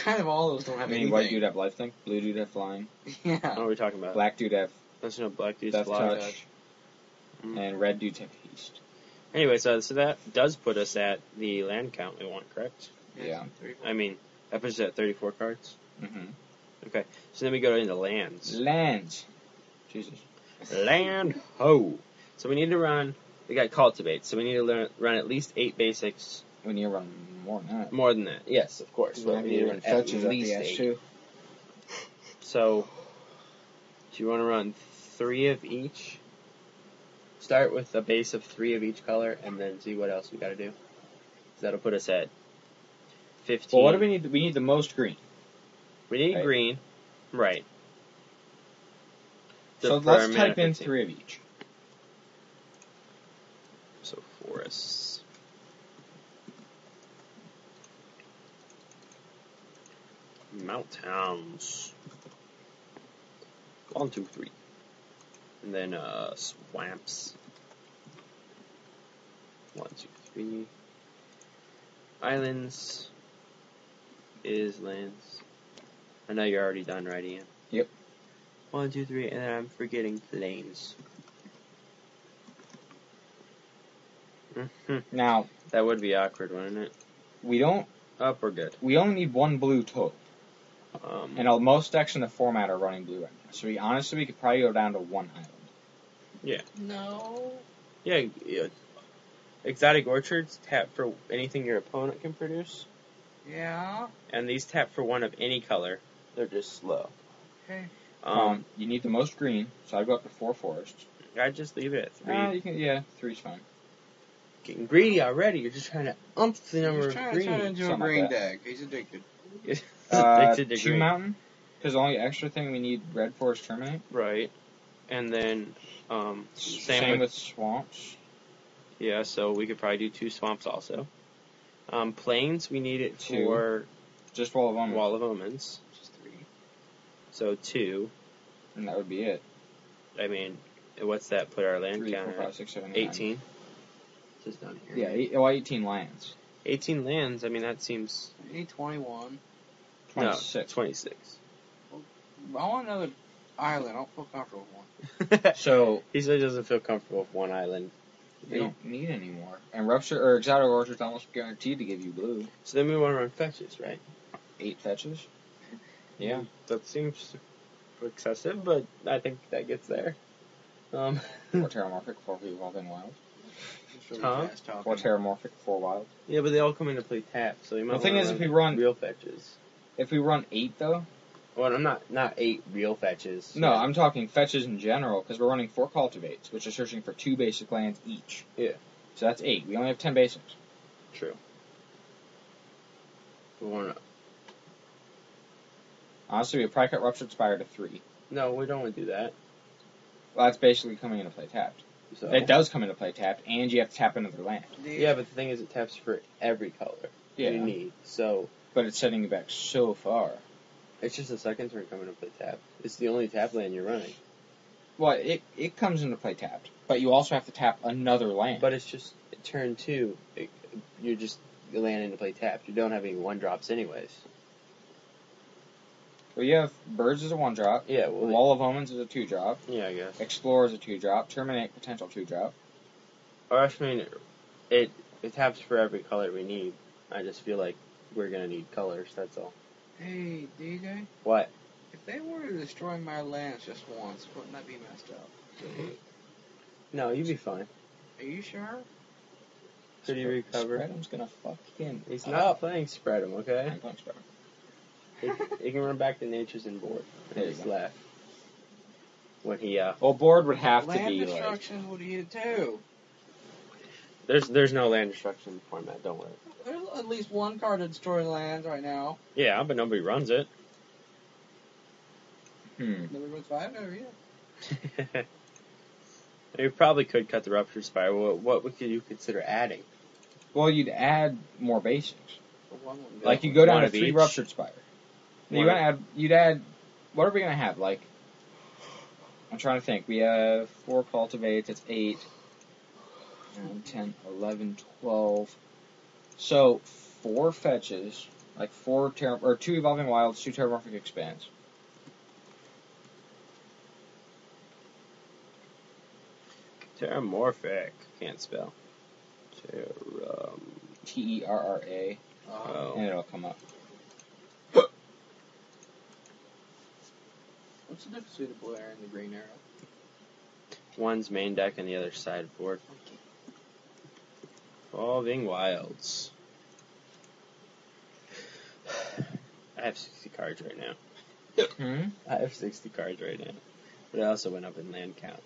Speaker 4: kind of all those don't
Speaker 3: I
Speaker 4: have
Speaker 3: mean,
Speaker 4: anything.
Speaker 3: white dude have life thing, blue dude have flying,
Speaker 2: I
Speaker 4: Yeah.
Speaker 2: don't know what we're talking about.
Speaker 3: black dude have
Speaker 2: That's no black dude's
Speaker 3: death
Speaker 2: fly
Speaker 3: Uh, touch,
Speaker 2: touch. Mm.
Speaker 3: and red dudes have haste.
Speaker 2: Anyway, so so that does put us at the land count we want, correct?
Speaker 3: Yeah.
Speaker 4: Three, four.
Speaker 2: I mean, that puts us at 34 cards.
Speaker 3: Mm-hmm.
Speaker 2: So then we go into lands.
Speaker 3: Lands. Jesus.
Speaker 2: Land ho. So we need to run. We got cultivate. So we need to learn, run at least eight basics.
Speaker 3: We need to run more than that.
Speaker 2: More than that, yes, of course. But we need to run at least eight. So, do you want to run three of each? Start with a base of three of each color, and then see what else we got to do. So that'll put us at fifteen.
Speaker 3: Well, what do we need? We need the most green.
Speaker 2: We need
Speaker 3: Right.
Speaker 2: green, right?
Speaker 3: so
Speaker 2: For our
Speaker 3: let's
Speaker 2: mana
Speaker 3: type in
Speaker 2: 15.
Speaker 3: three of each.
Speaker 2: So forests. Mountains. One, two, three. And then uh swamps. One, two, three. Islands is lands. I know you're already done, right, Ian?
Speaker 3: Yep.
Speaker 2: One, two, three, and then I'm forgetting planes. hmm
Speaker 3: Now
Speaker 2: That would be awkward, wouldn't it?
Speaker 3: we don't.
Speaker 2: Up, we're good.
Speaker 3: We only need one blue total,
Speaker 2: Um,
Speaker 3: and all, most decks in the format are running blue right now. So we honestly we could probably go down to one island.
Speaker 4: No.
Speaker 2: yeah, yeah. Exotic orchards tap for anything your opponent can produce,
Speaker 4: Yeah.
Speaker 2: and these tap for one of any color. They're just slow.
Speaker 4: Okay.
Speaker 2: Um,
Speaker 3: um, you need the most green, so I'd go up to four forests.
Speaker 2: I just leave it at three.
Speaker 3: Ah,
Speaker 4: uh,
Speaker 3: you can, yeah, three's fine.
Speaker 2: Getting greedy already. You're just trying to ump the number
Speaker 4: He's
Speaker 2: of
Speaker 4: trying,
Speaker 2: green.
Speaker 4: trying to do a
Speaker 3: something like
Speaker 4: green
Speaker 3: that.
Speaker 4: deck. He's addicted.
Speaker 3: Uh,
Speaker 2: Addicted to
Speaker 3: two
Speaker 2: green.
Speaker 3: mountain, because the only extra thing we need red forest terminate.
Speaker 2: Right. And then, um,
Speaker 3: Same,
Speaker 2: same, with,
Speaker 3: with swamps.
Speaker 2: yeah. So we could probably do two swamps also. Um, plains. We need it
Speaker 3: Two.
Speaker 2: for
Speaker 3: Just all of them,
Speaker 2: wall of omens.
Speaker 4: Just three.
Speaker 2: So two.
Speaker 3: and that would be it.
Speaker 2: I mean, what's that? Put our land
Speaker 3: Three,
Speaker 2: count
Speaker 3: four,
Speaker 2: at?
Speaker 3: five, six, seven, eight, nine.
Speaker 2: 18. Just down here.
Speaker 3: Yeah, eight, well, 18 lands.
Speaker 2: 18 lands, I mean, that seems.
Speaker 4: Eight twenty-one.
Speaker 2: No,
Speaker 3: 26.
Speaker 2: 26.
Speaker 4: I want another island. I don't feel comfortable with one.
Speaker 3: So,
Speaker 2: he said he doesn't feel comfortable with one island.
Speaker 3: we don't need any more. And Rupture or Exotic Orchard's almost guaranteed to give you blue.
Speaker 2: So then we want to run fetches, right?
Speaker 3: Eight fetches. Yeah.
Speaker 2: That seems excessive, but I think that gets there. Um,
Speaker 3: Four terramorphic, four revolving wild.
Speaker 4: It's really
Speaker 2: Huh?
Speaker 4: fast talking.
Speaker 3: Four terramorphic, four wild.
Speaker 2: yeah, but they all come into play tap, so you might.
Speaker 3: The thing
Speaker 2: wanna
Speaker 3: is, if
Speaker 2: run
Speaker 3: we run-
Speaker 2: real fetches,
Speaker 3: If we run eight though,
Speaker 2: well, I'm not not eight real fetches.
Speaker 3: no, I'm talking fetches in general because we're running four cultivates, which are searching for two basic lands each.
Speaker 2: Yeah.
Speaker 3: So that's eight. We only have ten basics.
Speaker 2: true. We wanna,
Speaker 3: Honestly, we probably cut ruptured spire to three.
Speaker 2: no, we don't want to do that.
Speaker 3: Well, that's basically coming into play tapped.
Speaker 2: So
Speaker 3: It does come into play tapped, and you have to tap another land.
Speaker 4: Do you-
Speaker 2: Yeah, but the thing is, it taps for every color you need. So
Speaker 3: But it's setting you back so far.
Speaker 2: it's just the second turn coming to play tap. It's the only tap land you're running.
Speaker 3: Well, it it comes into play tapped, but you also have to tap another land.
Speaker 2: But it's just turn two. It, you're just landing to play tapped. You don't have any one drops anyways.
Speaker 3: well, you have birds as a one drop,
Speaker 2: Yeah. Well.
Speaker 3: wall of omens is a two drop,
Speaker 2: yeah, I guess.
Speaker 3: explore is a two drop, terminate potential two drop.
Speaker 2: Or I mean, it it taps for every color we need. I just feel like we're gonna need colors. That's all.
Speaker 4: Hey, DJ,
Speaker 2: What?
Speaker 4: if they were to destroy my lands just once, wouldn't that be messed up?
Speaker 2: No, you'd be fine.
Speaker 4: Are you sure?
Speaker 2: Could he recover?
Speaker 3: Spreadum's gonna Uh, fucking.
Speaker 2: He's
Speaker 3: up.
Speaker 2: not playing spread him, okay?
Speaker 3: I'm going Spreadum.
Speaker 2: He, he can run back to nature's and board.
Speaker 3: There you
Speaker 2: And just
Speaker 3: go.
Speaker 2: laugh. When he uh,
Speaker 3: Well, board would have to
Speaker 4: Land
Speaker 3: be like.
Speaker 4: destruction would eat it too.
Speaker 2: there's there's no land destruction format. Don't worry.
Speaker 4: There's at least one card to destroy lands right now.
Speaker 2: Yeah, but nobody runs it.
Speaker 3: Hmm.
Speaker 4: Nobody runs five over here.
Speaker 2: you probably could cut the rupture spire. What what would you consider adding?
Speaker 3: Well, you'd add more basics.
Speaker 4: But one would
Speaker 3: Like you go down
Speaker 2: One
Speaker 3: to
Speaker 2: of
Speaker 3: three
Speaker 2: each.
Speaker 3: ruptured spire. You
Speaker 2: One
Speaker 3: gonna
Speaker 2: of-
Speaker 3: add? You'd add. What are we gonna have? Like, I'm trying to think. We have four cultivates. That's eight. Nine, 10, 11, 12. So four fetches, like four terra or two evolving wilds, two terramorphic expands.
Speaker 2: Terramorphic. Can't spell. Terram.
Speaker 3: T e r r a,
Speaker 4: Uh,
Speaker 3: and
Speaker 2: Oh.
Speaker 3: it'll come up.
Speaker 4: what's the difference between the blue arrow and the green arrow?
Speaker 2: One's main deck and the other sideboard. Evolving Wilds. I have 60 cards right now.
Speaker 3: Hmm.
Speaker 2: I have 60 cards right now. But I also went up in land count.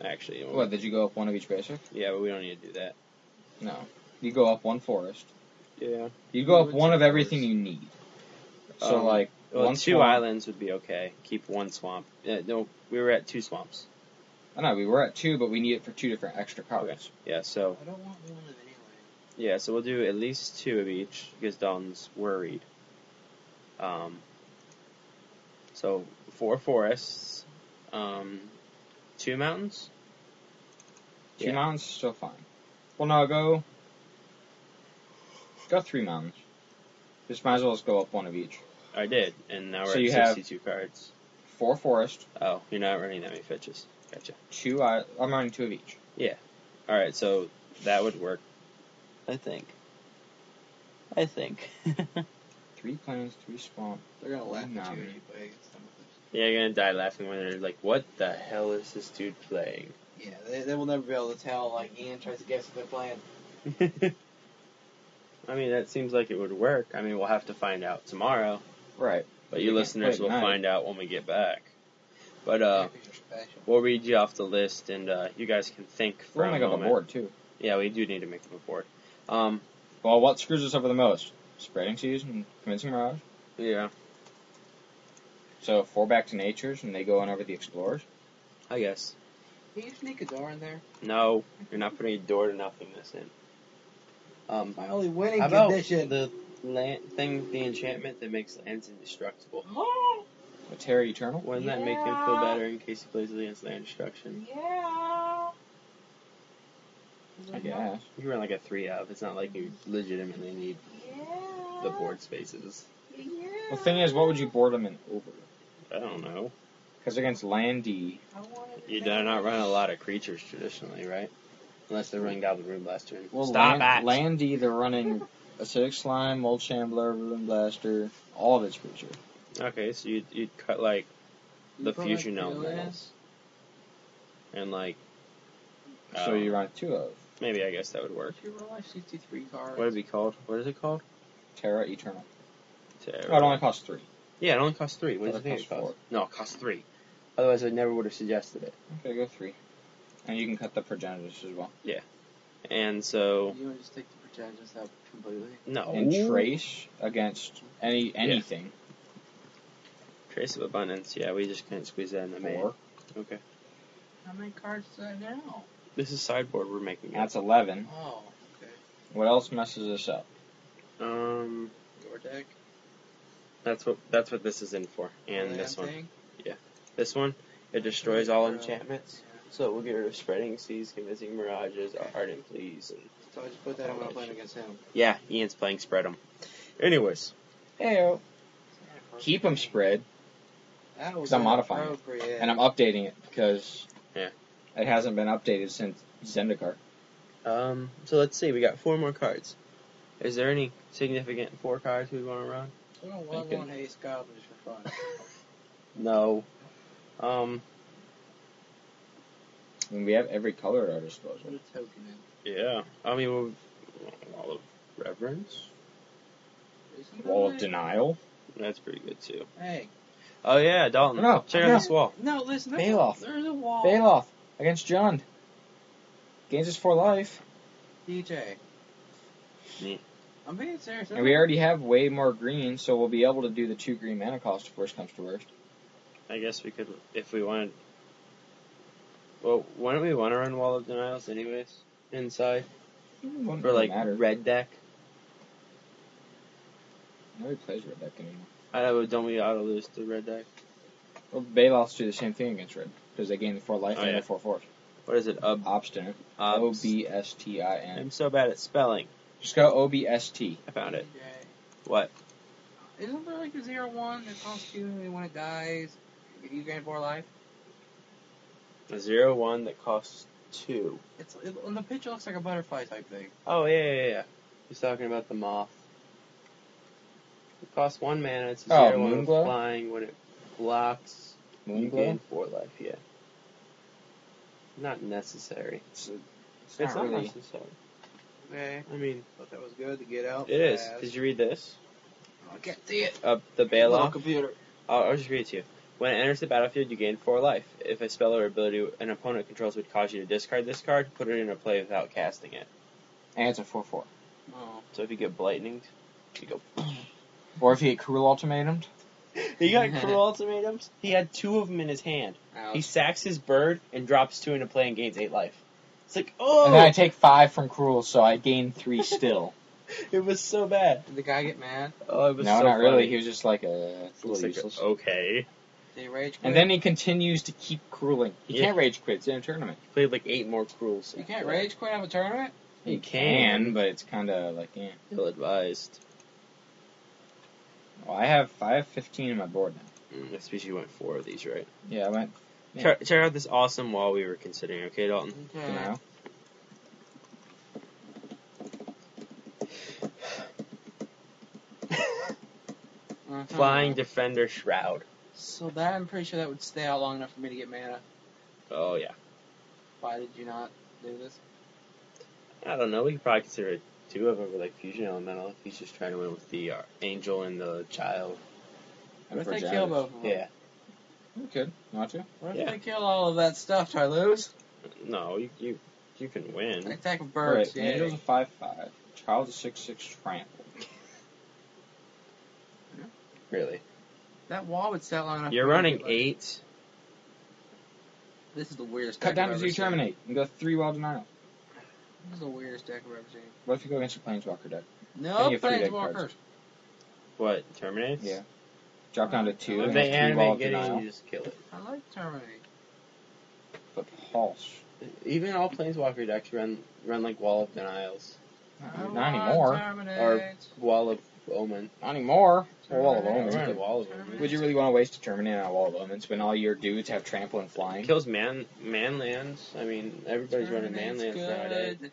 Speaker 2: Actually, it won't-
Speaker 3: What? Did you go up one of each basic?
Speaker 2: yeah, but we don't need to do that.
Speaker 3: No. You go up one forest.
Speaker 2: Yeah.
Speaker 3: You go up
Speaker 2: You would
Speaker 3: one
Speaker 2: say
Speaker 3: of everything
Speaker 2: forest.
Speaker 3: you need. So
Speaker 2: Um,
Speaker 3: like
Speaker 2: Well,
Speaker 3: one
Speaker 2: two
Speaker 3: swamp-
Speaker 2: islands would be okay. Keep one swamp. Yeah, no, we were at two swamps.
Speaker 3: I know we were at two, but we need it for two different extra cards.
Speaker 2: Okay. Yeah, so
Speaker 4: I don't want one of anyway.
Speaker 2: yeah, so we'll do at least two of each because Dalton's worried. Um. So four forests, um, two mountains.
Speaker 3: Two
Speaker 2: Yeah.
Speaker 3: mountains is still fine. Well, no, go go three mountains. Just might as well just go up one of each.
Speaker 2: I did, and now we're
Speaker 3: So
Speaker 2: at
Speaker 3: you have-
Speaker 2: sixty-two cards.
Speaker 3: Four forest,
Speaker 2: Oh, you're not running that many fetches. Gotcha.
Speaker 3: two. I- I'm running two of each.
Speaker 2: All right, so that would work. I think. I think.
Speaker 3: Three plains, three swamp.
Speaker 4: They're gonna laugh
Speaker 3: Nah,
Speaker 4: at you
Speaker 3: man.
Speaker 4: anyway. It's some of
Speaker 2: Yeah, you're gonna die laughing when they're like, "What the hell is this dude playing?"
Speaker 4: this. Yeah, they, they will never be able to tell. Like Ian tries to guess what they're playing.
Speaker 2: I mean, that seems like it would work. I mean, we'll have to find out tomorrow,
Speaker 3: Right.
Speaker 2: but you
Speaker 3: Yeah,
Speaker 2: listeners
Speaker 3: wait,
Speaker 2: will
Speaker 3: night.
Speaker 2: find out when we get back. But uh,
Speaker 4: Maybe you're special.
Speaker 2: we'll read you off the list, and uh, you guys can think for
Speaker 3: We're
Speaker 2: a
Speaker 3: gonna make up
Speaker 2: moment.
Speaker 3: a board too.
Speaker 2: Yeah, we do need to make up a board. Um,
Speaker 3: Well, what screws us over the most? Spreading seas and convincing mirage.
Speaker 2: yeah,
Speaker 3: So four back to natures, and they go on over the explorers.
Speaker 2: I guess.
Speaker 4: Can you sneak a door in there?
Speaker 2: No, you're not putting a door to nothingness in. Um,
Speaker 4: My only winning
Speaker 2: How about
Speaker 4: condition.
Speaker 2: the land thing, the enchantment that makes lands indestructible?
Speaker 4: Oh,
Speaker 3: The Terra Eternal.
Speaker 2: Wouldn't that make him feel
Speaker 4: Yeah.
Speaker 2: better in case he plays against land destruction?
Speaker 4: yeah.
Speaker 3: I guess.
Speaker 2: You run like a three of. It's not like you legitimately need
Speaker 4: Yeah.
Speaker 2: the board spaces.
Speaker 4: Yeah.
Speaker 3: The thing is, what would you board them in over?
Speaker 2: I don't know.
Speaker 3: Because against land D,
Speaker 4: I wanted to
Speaker 2: You do not run a lot of creatures traditionally, right? Unless they're running Goblin Room Blaster.
Speaker 3: well,
Speaker 2: Stop
Speaker 3: land,
Speaker 2: that!
Speaker 3: land D, they're running acidic slime, mold shambler, ruin blaster, all of its creature.
Speaker 2: Okay, so you'd, you'd cut like the
Speaker 1: put,
Speaker 2: fusion
Speaker 1: like, the
Speaker 2: elements. And like.
Speaker 3: So
Speaker 2: oh,
Speaker 3: you run two of
Speaker 2: Maybe I guess that would work.
Speaker 1: You roll like 63 cards.
Speaker 2: What would it be called? What is it called?
Speaker 3: Terra Eternal.
Speaker 2: Terra.
Speaker 3: Oh, it only costs three.
Speaker 2: Yeah, it only costs three. What do
Speaker 3: Oh,
Speaker 2: you
Speaker 3: it
Speaker 2: think it
Speaker 3: costs
Speaker 2: costs? No, it costs three. Otherwise, I never would have suggested it.
Speaker 3: Okay, go three. And you can cut the progenitors as well.
Speaker 2: And so,
Speaker 1: You want to just take the protagonists out completely?
Speaker 2: no.
Speaker 3: And trace against any anything.
Speaker 2: Trace of abundance. Yeah, we just couldn't squeeze that in the main.
Speaker 3: Four.
Speaker 2: Okay.
Speaker 1: How many cards is that now?
Speaker 2: This is sideboard we're making. it.
Speaker 3: That's eleven.
Speaker 1: Oh, okay.
Speaker 3: What else messes this up?
Speaker 2: Um,
Speaker 1: Your deck.
Speaker 2: that's what that's what this is in for. And
Speaker 1: land
Speaker 2: this one,
Speaker 1: thing.
Speaker 2: this one, it destroys all
Speaker 1: Yeah.
Speaker 2: enchantments. So we'll get rid of spreading seas, convincing mirages, ardent pleas, and
Speaker 1: So I just put that in my plan against him.
Speaker 2: yeah, Ian's playing spread 'em. Anyways,
Speaker 3: Hey, keep them spread,
Speaker 1: That was
Speaker 3: 'Cause I'm modifying it.
Speaker 1: inappropriate.
Speaker 3: and I'm updating it because
Speaker 2: Yeah.
Speaker 3: it hasn't been updated since Zendikar.
Speaker 2: um, so let's see. We got four more cards. Is there any significant four cards we want to run?
Speaker 1: We don't want
Speaker 3: Thinking.
Speaker 1: one ace goblins for fun.
Speaker 2: No. Um.
Speaker 3: I mean, we have every color at our
Speaker 1: Put
Speaker 3: disposal.
Speaker 1: a token in.
Speaker 2: Yeah. I mean, we'll, all of reverence.
Speaker 1: Isn't
Speaker 3: Wall
Speaker 1: that
Speaker 3: of
Speaker 1: it?
Speaker 3: Denial.
Speaker 2: That's pretty good too.
Speaker 1: Hey,
Speaker 2: Oh yeah, Dalton.
Speaker 3: No,
Speaker 2: check out
Speaker 3: no.
Speaker 2: this wall.
Speaker 1: no, listen. There's,
Speaker 3: Bailoff.
Speaker 1: there's a wall.
Speaker 3: Bailoff against John. Gains us for life.
Speaker 1: DJ.
Speaker 2: Me.
Speaker 1: I'm being serious.
Speaker 3: And we already have way more green, so we'll be able to do the two green mana cost if worst comes to worst.
Speaker 2: I guess we could, if we wanted. Well, why don't we want to run Wall of Denials anyways? Inside?
Speaker 3: Wouldn't
Speaker 2: Or
Speaker 3: really
Speaker 2: like
Speaker 3: matter.
Speaker 2: red deck?
Speaker 3: Nobody plays red deck anymore.
Speaker 2: I know, don't we ought to lose to red deck?
Speaker 3: Well, Bailoffs do the same thing against red because they gain the four life
Speaker 2: Oh,
Speaker 3: and
Speaker 2: yeah.
Speaker 3: the four force.
Speaker 2: What is it? Ob-
Speaker 3: Obstinate. O
Speaker 2: obs-
Speaker 3: B S T I N.
Speaker 2: I'm so bad at spelling.
Speaker 3: Just go O B S T.
Speaker 2: I found it.
Speaker 1: DJ.
Speaker 2: What?
Speaker 1: Isn't there like a zero one that costs you and when it dies, you gain four life?
Speaker 2: A zero one that costs two.
Speaker 1: It's it, on the picture looks like a butterfly type thing.
Speaker 2: Oh, yeah, yeah, yeah. He's talking about the moth. It costs one mana. It's a
Speaker 3: Oh,
Speaker 2: zero one with
Speaker 3: Moonglow?
Speaker 2: flying. When it blocks, you
Speaker 3: Moonglow.
Speaker 2: gain four life, yeah. Not necessary.
Speaker 3: It's, it's
Speaker 2: It's
Speaker 3: not
Speaker 2: not
Speaker 3: really.
Speaker 2: necessary.
Speaker 1: Okay,
Speaker 2: I mean,
Speaker 1: thought that was good to get out.
Speaker 2: it is.
Speaker 1: fast.
Speaker 2: Did you read this?
Speaker 1: I can't see it.
Speaker 2: Uh, the
Speaker 1: Little
Speaker 2: bailoff.
Speaker 1: computer.
Speaker 2: I'll, I'll just read it to you. When it enters the battlefield, you gain four life. If a spell or ability an opponent controls would cause you to discard this card, put it into play without casting it.
Speaker 3: And it's a four four.
Speaker 1: Oh,
Speaker 2: So if you get blightninged, you go.
Speaker 3: Or if you get cruel ultimatumed,
Speaker 2: he got cruel ultimatums. He had two of them in his hand. He
Speaker 1: ouch.
Speaker 2: sacks his bird and drops two into play and gains eight life. It's like,
Speaker 3: and then I
Speaker 2: oh,
Speaker 3: take five from cruel, so I gain three still.
Speaker 2: it was so bad.
Speaker 1: Did the guy get mad?
Speaker 2: Oh, it
Speaker 3: no,
Speaker 2: was
Speaker 3: not
Speaker 2: so
Speaker 3: really.
Speaker 2: funny.
Speaker 3: He was just like a, it's a
Speaker 2: It's
Speaker 3: little
Speaker 2: like,
Speaker 3: useless.
Speaker 2: okay.
Speaker 1: Did he rage quit?
Speaker 3: And then he continues to keep crueling. He
Speaker 2: Yeah.
Speaker 3: can't rage quit. It's in a tournament.
Speaker 2: Played like eight more cruels.
Speaker 1: you can't rage quit out of a tournament.
Speaker 2: He can,
Speaker 3: but it's kind of like, eh. yeah.
Speaker 2: Ill advised.
Speaker 3: Well, I have I have 15 in my board now.
Speaker 2: Mm, that's because you went four of these, right?
Speaker 3: Yeah, I went
Speaker 2: Check, check out this awesome wall we were considering, okay, Dalton?
Speaker 1: Okay.
Speaker 3: to now.
Speaker 1: Uh-huh.
Speaker 2: Flying Defender Shroud.
Speaker 1: So that I'm pretty sure that would stay out long enough for me to get mana.
Speaker 2: Oh, yeah.
Speaker 1: Why did you not do this?
Speaker 2: I don't know, we could probably consider it two of them were like Fusion Elemental if he's just trying to win with the uh, Angel and the Child.
Speaker 1: What
Speaker 3: And
Speaker 1: if
Speaker 3: for Oh,
Speaker 1: they
Speaker 3: Javis.
Speaker 1: kill both of them?
Speaker 2: Yeah.
Speaker 3: You could. You want to?
Speaker 1: What if
Speaker 2: Yeah.
Speaker 1: they kill all of that stuff? Do I lose?
Speaker 2: No, you you, you can win.
Speaker 1: Attack of
Speaker 3: Alright,
Speaker 1: birds.
Speaker 3: Angel's
Speaker 1: yeah.
Speaker 3: a 5 5. Child's a 6 6 trample.
Speaker 2: Really?
Speaker 1: That wall would stay out long enough.
Speaker 2: You're
Speaker 1: for me to
Speaker 2: running
Speaker 1: get, like,
Speaker 2: eight.
Speaker 1: This is the weirdest
Speaker 3: Cut
Speaker 1: deck I've
Speaker 3: down to
Speaker 1: ever
Speaker 3: two
Speaker 1: seen.
Speaker 3: terminate and go 3 wild denial.
Speaker 1: This is the weirdest deck I've ever seen.
Speaker 3: What if you go against a planeswalker deck?
Speaker 1: No
Speaker 3: you have three deck
Speaker 1: planeswalkers.
Speaker 3: cards.
Speaker 2: What, Terminates?
Speaker 3: Yeah. Drop down to 2
Speaker 2: If
Speaker 3: and
Speaker 2: they
Speaker 3: go 3 wild
Speaker 2: animate Gideon,
Speaker 3: denial.
Speaker 2: you just kill it.
Speaker 1: I like Terminate.
Speaker 3: But Pulse.
Speaker 2: Even all Planeswalker decks run, run like Wall of Denials.
Speaker 3: Not,
Speaker 1: I
Speaker 3: not
Speaker 1: want
Speaker 3: anymore.
Speaker 1: Terminate.
Speaker 2: Or- Wall of Omen.
Speaker 3: Not anymore. Or Wall of
Speaker 1: Terminate.
Speaker 3: Omens.
Speaker 2: We're on
Speaker 3: but-
Speaker 2: Wall of Omens.
Speaker 3: Would you really want to waste a terminate on a Wall of Omens when all your dudes have trample and flying?
Speaker 2: Kills man manlands. I mean, everybody's running
Speaker 1: Terminate's
Speaker 2: manlands nowadays.
Speaker 1: good.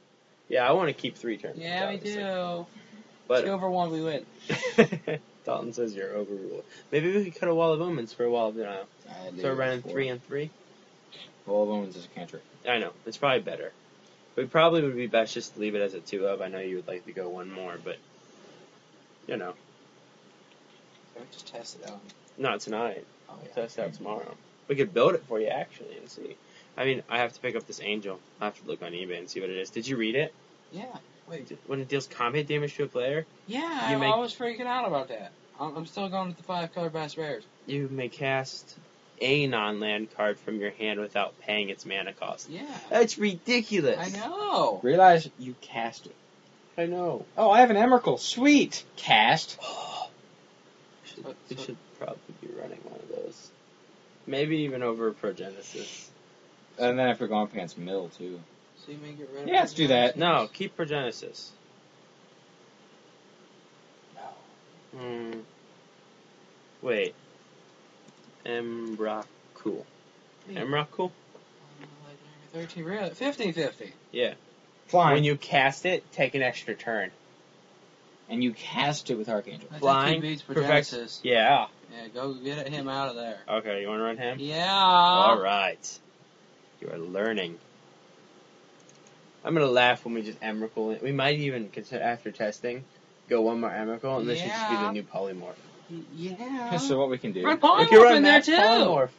Speaker 2: Yeah, I want to keep three turns.
Speaker 1: Yeah, we
Speaker 2: obviously.
Speaker 1: do. Two
Speaker 2: But
Speaker 1: over one, we win.
Speaker 2: Dalton says you're overruled. Maybe we could cut a wall of omens for a wall of denial.
Speaker 3: I
Speaker 2: So we're running three and three.
Speaker 3: All of Owens is a cantrip.
Speaker 2: I know it's probably better. We probably would be best just to leave it as a two of. I know you would like to go one more, but you know,
Speaker 1: So we just test it out.
Speaker 2: not tonight.
Speaker 1: Oh, yeah.
Speaker 2: Test out tomorrow. We could build it for you actually and see. I mean, I have to pick up this angel. I have to look on eBay and see what it is. Did you read it?
Speaker 1: Yeah. Wait.
Speaker 2: When it deals combat damage to a player,
Speaker 1: Yeah,
Speaker 2: You
Speaker 1: I'm
Speaker 2: make-
Speaker 1: always freaking out about that. I'm, I'm still going with the five color bass rares.
Speaker 2: you may cast a non-land card from your hand without paying its mana cost.
Speaker 1: Yeah.
Speaker 2: That's ridiculous.
Speaker 1: I know.
Speaker 3: Realize you cast it.
Speaker 2: I know.
Speaker 3: Oh, I have an Emrakul. Sweet. Cast.
Speaker 2: Should-
Speaker 1: But-
Speaker 2: we
Speaker 1: so-
Speaker 2: should probably be running one of those. Maybe even over Progenesis.
Speaker 3: And then I forgot going up against Mill too.
Speaker 1: So you may get rid of
Speaker 3: Yeah, let's do that.
Speaker 2: No, keep Progenesis.
Speaker 1: No.
Speaker 2: Mm. Wait. Emrakul. Emrakul?
Speaker 1: 13, really? 50 50.
Speaker 3: Flying.
Speaker 2: When you cast it, take an extra turn.
Speaker 3: and you cast it with Archangel.
Speaker 2: Flying,
Speaker 1: He beats
Speaker 2: perfect.
Speaker 1: Progenesis.
Speaker 2: Yeah.
Speaker 1: Yeah, go get him out of there.
Speaker 2: Okay, you want to run him?
Speaker 1: Yeah.
Speaker 2: All right. You are learning. I'm gonna laugh when we just Emrakul. it. We might even consider after testing, go one more Emrakul, and this should just be
Speaker 1: Yeah.
Speaker 2: the new polymorph.
Speaker 1: Y- Yeah.
Speaker 3: So what we can do?
Speaker 1: Uh-huh. Run
Speaker 2: we can
Speaker 1: Polymorph
Speaker 2: run
Speaker 1: in there
Speaker 2: Max
Speaker 1: too.
Speaker 2: Polymorph.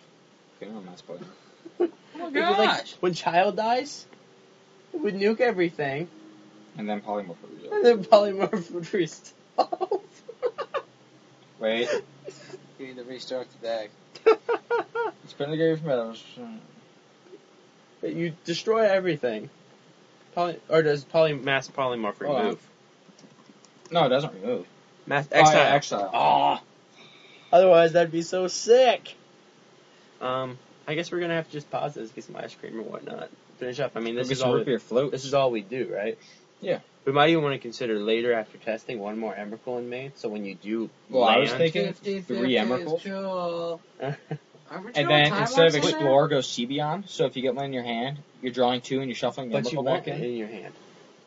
Speaker 3: Okay, no, I'm not spoiling.
Speaker 1: Oh my
Speaker 2: We could, like,
Speaker 1: gosh.
Speaker 2: when child dies, it would nuke everything,
Speaker 3: And then polymorph would result.
Speaker 2: and then polymorph would resolve.
Speaker 3: Wait.
Speaker 1: You need to restart the deck.
Speaker 3: It's been the game from Meadows.
Speaker 2: But you destroy everything. Poly- or does poly- mass polymorph
Speaker 3: Oh,
Speaker 2: remove?
Speaker 3: No, it doesn't remove.
Speaker 2: mass
Speaker 3: Oh,
Speaker 2: exile.
Speaker 3: yeah, exile.
Speaker 2: Oh, otherwise that'd be so sick. Um, I guess we're gonna have to just pause this, get some ice cream or whatnot, finish up. I mean, this
Speaker 3: Maybe
Speaker 2: is
Speaker 3: some
Speaker 2: all
Speaker 3: root beer
Speaker 2: we,
Speaker 3: float.
Speaker 2: this is all we do, right?
Speaker 3: Yeah.
Speaker 2: We might even want to consider later after testing one more Emrakul in Maine, so when you do
Speaker 3: Well, I
Speaker 2: land,
Speaker 3: was thinking
Speaker 1: 50
Speaker 3: the
Speaker 1: 50 is
Speaker 3: re-Emrakul.
Speaker 1: cool. Aren't we
Speaker 3: And
Speaker 1: drawing
Speaker 3: then
Speaker 1: time
Speaker 3: instead of
Speaker 1: lapse on that?
Speaker 3: explore, go Cebion. So if you get one in your hand, you're drawing two and you're shuffling the
Speaker 2: but you
Speaker 3: Emrakul
Speaker 2: want
Speaker 3: back
Speaker 2: it
Speaker 3: in.
Speaker 2: in your hand.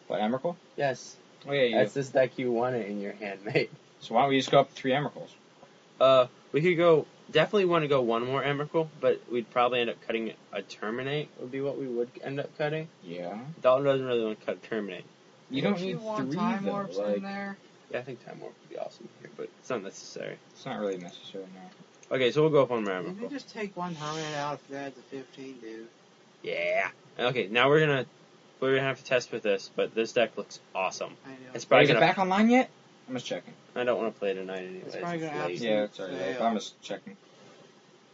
Speaker 3: What Emrakul?
Speaker 2: Yes,
Speaker 3: Oh yeah, you.
Speaker 2: that's this deck. You want it in your hand, mate.
Speaker 3: So why don't we just go up three Emrakuls?
Speaker 2: Uh, we could go. Definitely want to go one more Emrakul, but we'd probably end up cutting a Terminate. Would be what we would end up cutting.
Speaker 3: Yeah.
Speaker 2: Dalton doesn't really want to cut a Terminate.
Speaker 3: You don't
Speaker 4: Don't
Speaker 3: need
Speaker 4: you want
Speaker 3: three
Speaker 4: time
Speaker 3: though.
Speaker 4: warps
Speaker 3: like,
Speaker 4: in there?
Speaker 2: Yeah, I think Time Warp would be awesome here, but it's not necessary.
Speaker 3: It's not really necessary now.
Speaker 2: Okay, so we'll go up on
Speaker 4: You can
Speaker 2: Ramacle.
Speaker 4: just take one hermit out if you add the 15, dude.
Speaker 2: Yeah. Okay, now we're gonna we're gonna have to test with this, but this deck looks awesome.
Speaker 4: I know.
Speaker 2: It's
Speaker 3: Wait,
Speaker 2: probably
Speaker 3: is it
Speaker 2: gonna.
Speaker 3: back online yet? I'm just checking.
Speaker 2: I don't want to play tonight anyways. It's
Speaker 4: probably gonna
Speaker 2: late.
Speaker 4: Yeah,
Speaker 3: Yeah, it's already
Speaker 4: yeah.
Speaker 3: late. I'm just checking.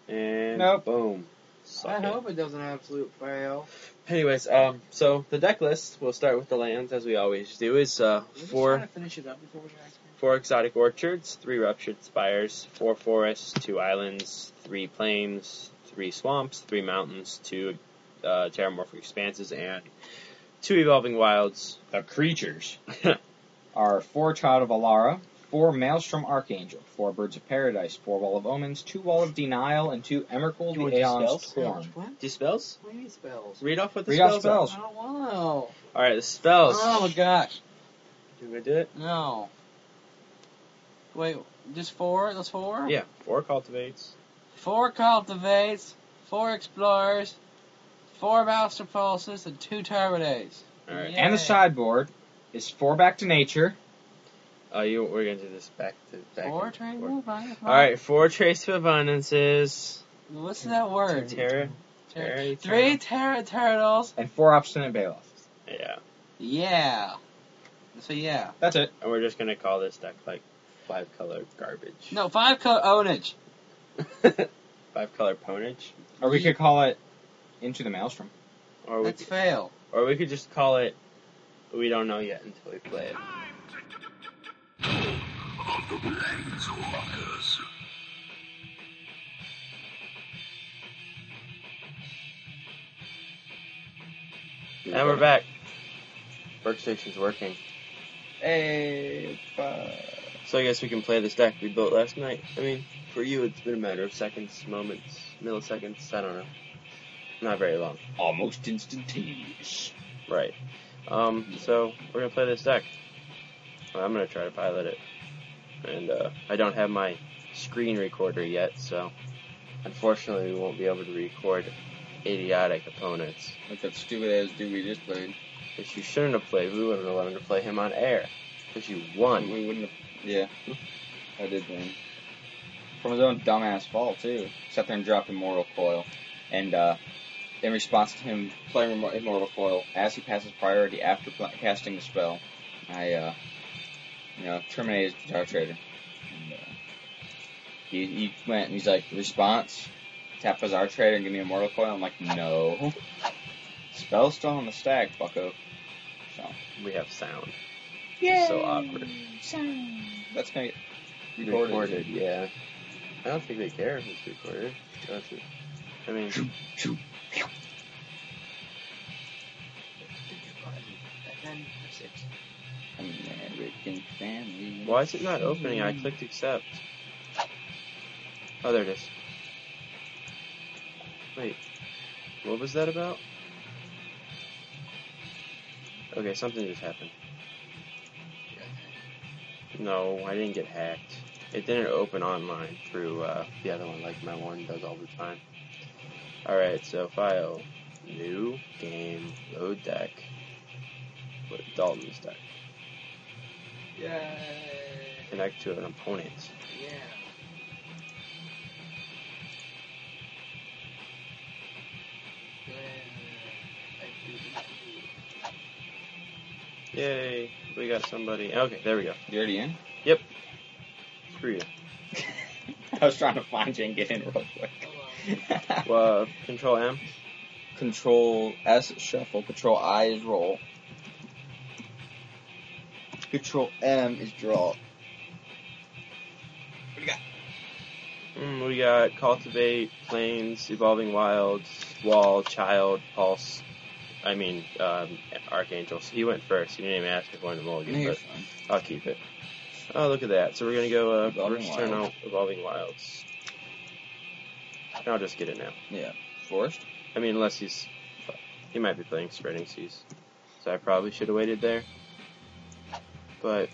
Speaker 2: And
Speaker 3: Nope.
Speaker 2: boom. Suck
Speaker 4: I
Speaker 2: it.
Speaker 4: hope it doesn't absolute fail.
Speaker 2: Anyways, um, so the deck list. We'll start with the lands as we always do. Is uh
Speaker 4: We're just
Speaker 2: four
Speaker 4: trying to finish it up before we get ice cream.
Speaker 2: Four exotic orchards, three ruptured spires, four forests, two islands, three plains, three swamps, three mountains, two uh, terramorphic expanses, and two evolving wilds.
Speaker 3: The creatures are four Child of Alara, four Maelstrom Archangel, four Birds of Paradise, four Wall of Omens, two Wall of Denial, and two Emrakul
Speaker 2: You
Speaker 3: the
Speaker 2: want these
Speaker 3: Aeon's
Speaker 2: spells?
Speaker 3: Scorn.
Speaker 4: What?
Speaker 2: Do spells?
Speaker 4: What do you mean spells?
Speaker 2: Read off what the
Speaker 3: Read off
Speaker 2: spells.
Speaker 3: spells.
Speaker 4: I don't want
Speaker 2: Are. All right, the spells.
Speaker 1: Oh my gosh.
Speaker 2: You wanna do it?
Speaker 1: No. Wait, just four? That's four?
Speaker 2: Yeah, four cultivates.
Speaker 1: Four cultivates, four explorers, four master pulses, and two terminates.
Speaker 2: All right.
Speaker 1: Yeah.
Speaker 3: And the
Speaker 1: Yay.
Speaker 3: sideboard is four Back to Nature,
Speaker 2: Oh, you we're gonna do this back to back.
Speaker 1: Four
Speaker 2: and
Speaker 1: train
Speaker 2: forth.
Speaker 1: All
Speaker 2: All right, four trace of abundances.
Speaker 1: What's that
Speaker 2: Two
Speaker 1: word?
Speaker 2: terra.
Speaker 1: Terra-
Speaker 2: terra-
Speaker 1: Three Terra Turtles.
Speaker 3: and four Obstinate Bailiff.
Speaker 2: Yeah,
Speaker 1: Yeah. So yeah.
Speaker 3: That's it.
Speaker 2: and we're just gonna call this deck like five color garbage.
Speaker 1: No, five color ownage.
Speaker 2: five color ponage,
Speaker 3: Or we
Speaker 1: Ye-
Speaker 3: could call it Into the Maelstrom.
Speaker 2: or we
Speaker 1: Let's fail.
Speaker 2: or we could just call it. We don't know yet until we play it. And we're back. Workstation's working,
Speaker 1: Hey,
Speaker 2: so I guess we can play this deck we built last night. I mean, for you, it's been a matter of seconds, moments, milliseconds. I don't know. Not very long.
Speaker 3: Almost instantaneous.
Speaker 2: Right. Um, so we're gonna play this deck. I'm gonna try to pilot it. And uh, I don't have my screen recorder yet, so unfortunately we won't be able to record idiotic opponents.
Speaker 5: Like that stupid ass dude we just played.
Speaker 2: Which you shouldn't have played. We wouldn't have allowed him to play him on air. Because you won.
Speaker 5: We wouldn't have.
Speaker 3: Yeah. I did win. From his own dumbass fault, too. Sat there and dropped Immortal Coil. And, uh, in response to him playing Immor- Immortal Coil, as he passes priority after pl- casting the spell, I, uh, you know, terminated his Guitar Trader. And, uh, he, he went and he's like, response, tap Bazaar Trader and give me Immortal Coil. I'm like, no. Spell's still on the stack, bucko.
Speaker 2: We have sound. It's so awkward.
Speaker 3: That's gonna get
Speaker 2: Recorded.
Speaker 3: recorded.
Speaker 2: yeah. I don't think they care if it's recorded. Don't you? I mean,
Speaker 3: American family.
Speaker 2: why is it not opening? I clicked accept. Oh, there it is. Wait, what was that about? Okay, something just happened. No, I didn't get hacked. It didn't open on mine through uh, the other one, like my one does all the time. Alright, so file, new game, load deck, with Dalton's deck.
Speaker 4: Yeah.
Speaker 2: Connect to an opponent.
Speaker 4: Yeah.
Speaker 2: Yay, we got somebody. Okay, there we go.
Speaker 3: You already in?
Speaker 2: Screw you.
Speaker 3: I was trying to find you and get in real quick.
Speaker 2: Well, control M.
Speaker 3: control S is shuffle, control I is roll. Control M is draw.
Speaker 2: Mm, we got cultivate, planes, evolving wilds, wall, child, pulse. I mean, um, archangels. He went first. He didn't even ask if I wanted to roll
Speaker 3: No,
Speaker 2: again,
Speaker 3: you're
Speaker 2: but
Speaker 3: fine.
Speaker 2: I'll keep it. Oh, look at that. So we're gonna go uh,
Speaker 3: Evolving
Speaker 2: first turn out
Speaker 3: Wilds.
Speaker 2: evolving wilds. I'll just get it now.
Speaker 3: Forest?
Speaker 2: I mean, unless he's he might be playing spreading seas, so I probably should have waited there. But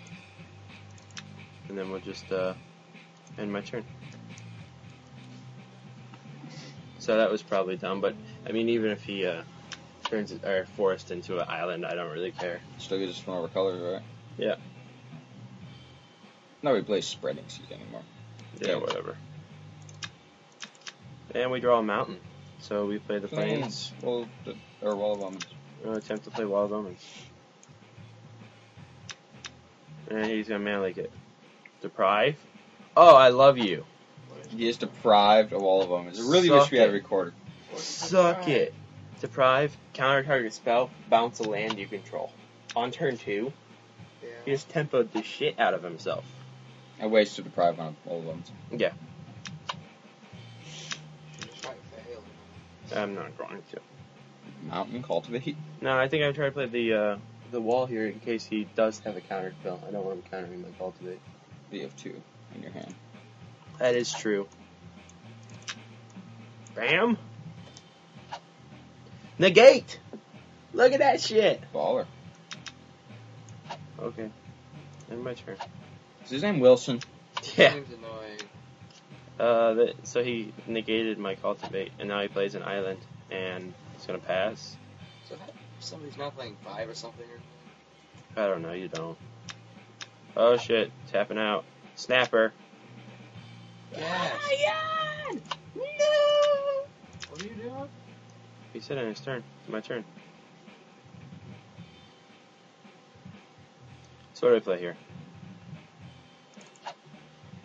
Speaker 2: and then we'll just uh, end my turn. So that was probably dumb, but I mean, even if he uh, turns it- our forest into an island, I don't really care.
Speaker 3: Still gives us from over colors, right?
Speaker 2: Yeah.
Speaker 3: Nobody plays spreading seas anymore.
Speaker 2: Yeah, whatever. And we draw a mountain, so we play the plains.
Speaker 3: Well, the, or Wall of Omens.
Speaker 2: We'll uh, attempt to play Wild Omens. And he's gonna man like it. Deprive? Oh, I love you.
Speaker 3: He is deprived of Wall of Omens. I really wish
Speaker 2: Suck
Speaker 3: we had
Speaker 2: it.
Speaker 3: a recorder.
Speaker 2: Suck it. Deprive, counter target spell, bounce a land you control. On turn two, he
Speaker 4: Yeah.
Speaker 2: just tempoed the shit out of himself.
Speaker 3: I wasted deprive on Wall of Omens.
Speaker 4: Quite failed.
Speaker 2: I'm not going to.
Speaker 3: Mountain cultivate.
Speaker 2: No, I think I try to play the uh, the wall here in case he does have a counter spell. I don't want him countering my cultivate.
Speaker 3: You have two in your hand.
Speaker 2: That is true. Bam! Negate! Look at that shit!
Speaker 3: Baller.
Speaker 2: Okay. End my turn.
Speaker 3: Is his name Wilson?
Speaker 2: Yeah.
Speaker 4: Seems annoying.
Speaker 2: Uh, that, so he negated my cultivate, and now he plays an island, and he's gonna pass.
Speaker 4: So that somebody's not playing five or something. Or
Speaker 2: I don't know. You don't. Oh shit! Tapping out. Snapper.
Speaker 4: yes.
Speaker 2: No.
Speaker 4: What are you doing?
Speaker 2: He said on his turn. It's my turn. So what do I play here?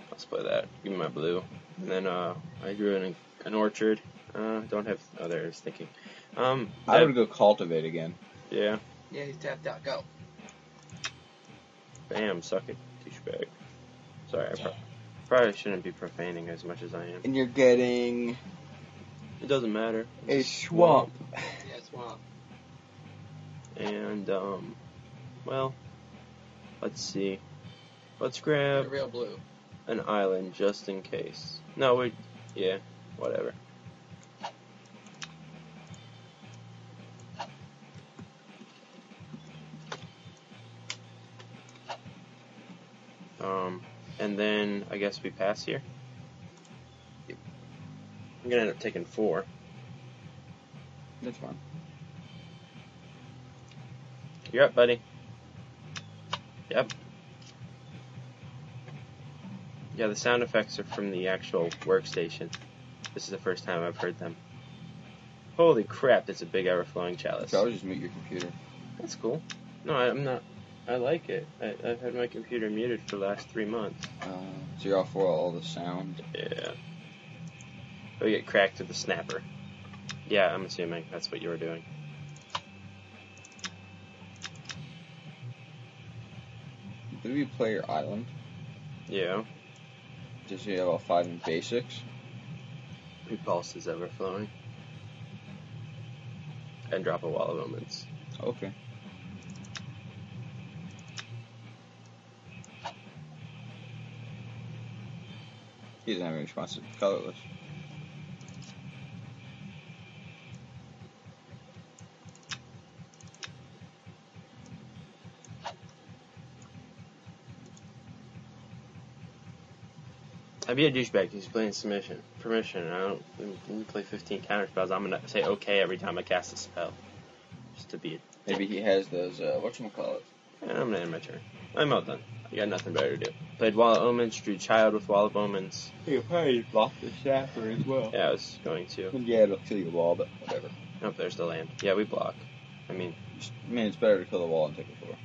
Speaker 2: Let's play that. Give me my blue. And then uh, I drew an, an orchard. Uh, don't have. Oh, there it's thinking. Um,
Speaker 3: I
Speaker 2: that-
Speaker 3: would go cultivate again.
Speaker 2: yeah.
Speaker 4: Yeah, he's tapped out. Go.
Speaker 2: Bam, suck it, douchebag. Sorry, I pro- probably shouldn't be profaning as much as I am.
Speaker 3: And you're getting
Speaker 2: It doesn't matter.
Speaker 3: a swamp.
Speaker 4: Yeah, swamp.
Speaker 2: And um, well, let's see. Let's
Speaker 4: The
Speaker 2: grab
Speaker 4: real blue.
Speaker 2: an island just in case. No, we, yeah, whatever. Um, and then I guess we pass here. Yep. I'm gonna end up taking four.
Speaker 3: That's fine.
Speaker 2: You're up, buddy. Yep. Yeah, the sound effects are from the actual workstation. This is the first time I've heard them. Holy crap, that's a big ever-flowing chalice.
Speaker 5: So I'll just mute your computer.
Speaker 2: That's cool. No, I, I'm not. I like it. I, I've had my computer muted for the last three months.
Speaker 3: Uh, so you're off for all the sound.
Speaker 2: Yeah. We get cracked with the snapper. Yeah, I'm assuming that's what you were doing.
Speaker 3: Do you play your island?
Speaker 2: Yeah.
Speaker 3: Just so you have all five in basics.
Speaker 2: Your pulse is ever flowing. And drop a wall of omens.
Speaker 3: Okay. He doesn't have any responses. Colorless.
Speaker 2: I'd be a douchebag because he's playing submission. Permission. I don't. When you play 15 counter spells, I'm gonna say okay every time I cast a spell, just to be. A,
Speaker 3: Maybe he has those. Uh, what you call it?
Speaker 2: and I'm gonna end my turn. I'm all done. I got nothing better to do. Played Wall of Omens. Drew Child with Wall of Omens.
Speaker 3: You probably block the snapper as well.
Speaker 2: Yeah, I was going to.
Speaker 3: Yeah, it'll kill your wall, but whatever.
Speaker 2: Nope, there's the land. Yeah, we block. I mean,
Speaker 3: I mean, it's better to kill the wall and take the floor.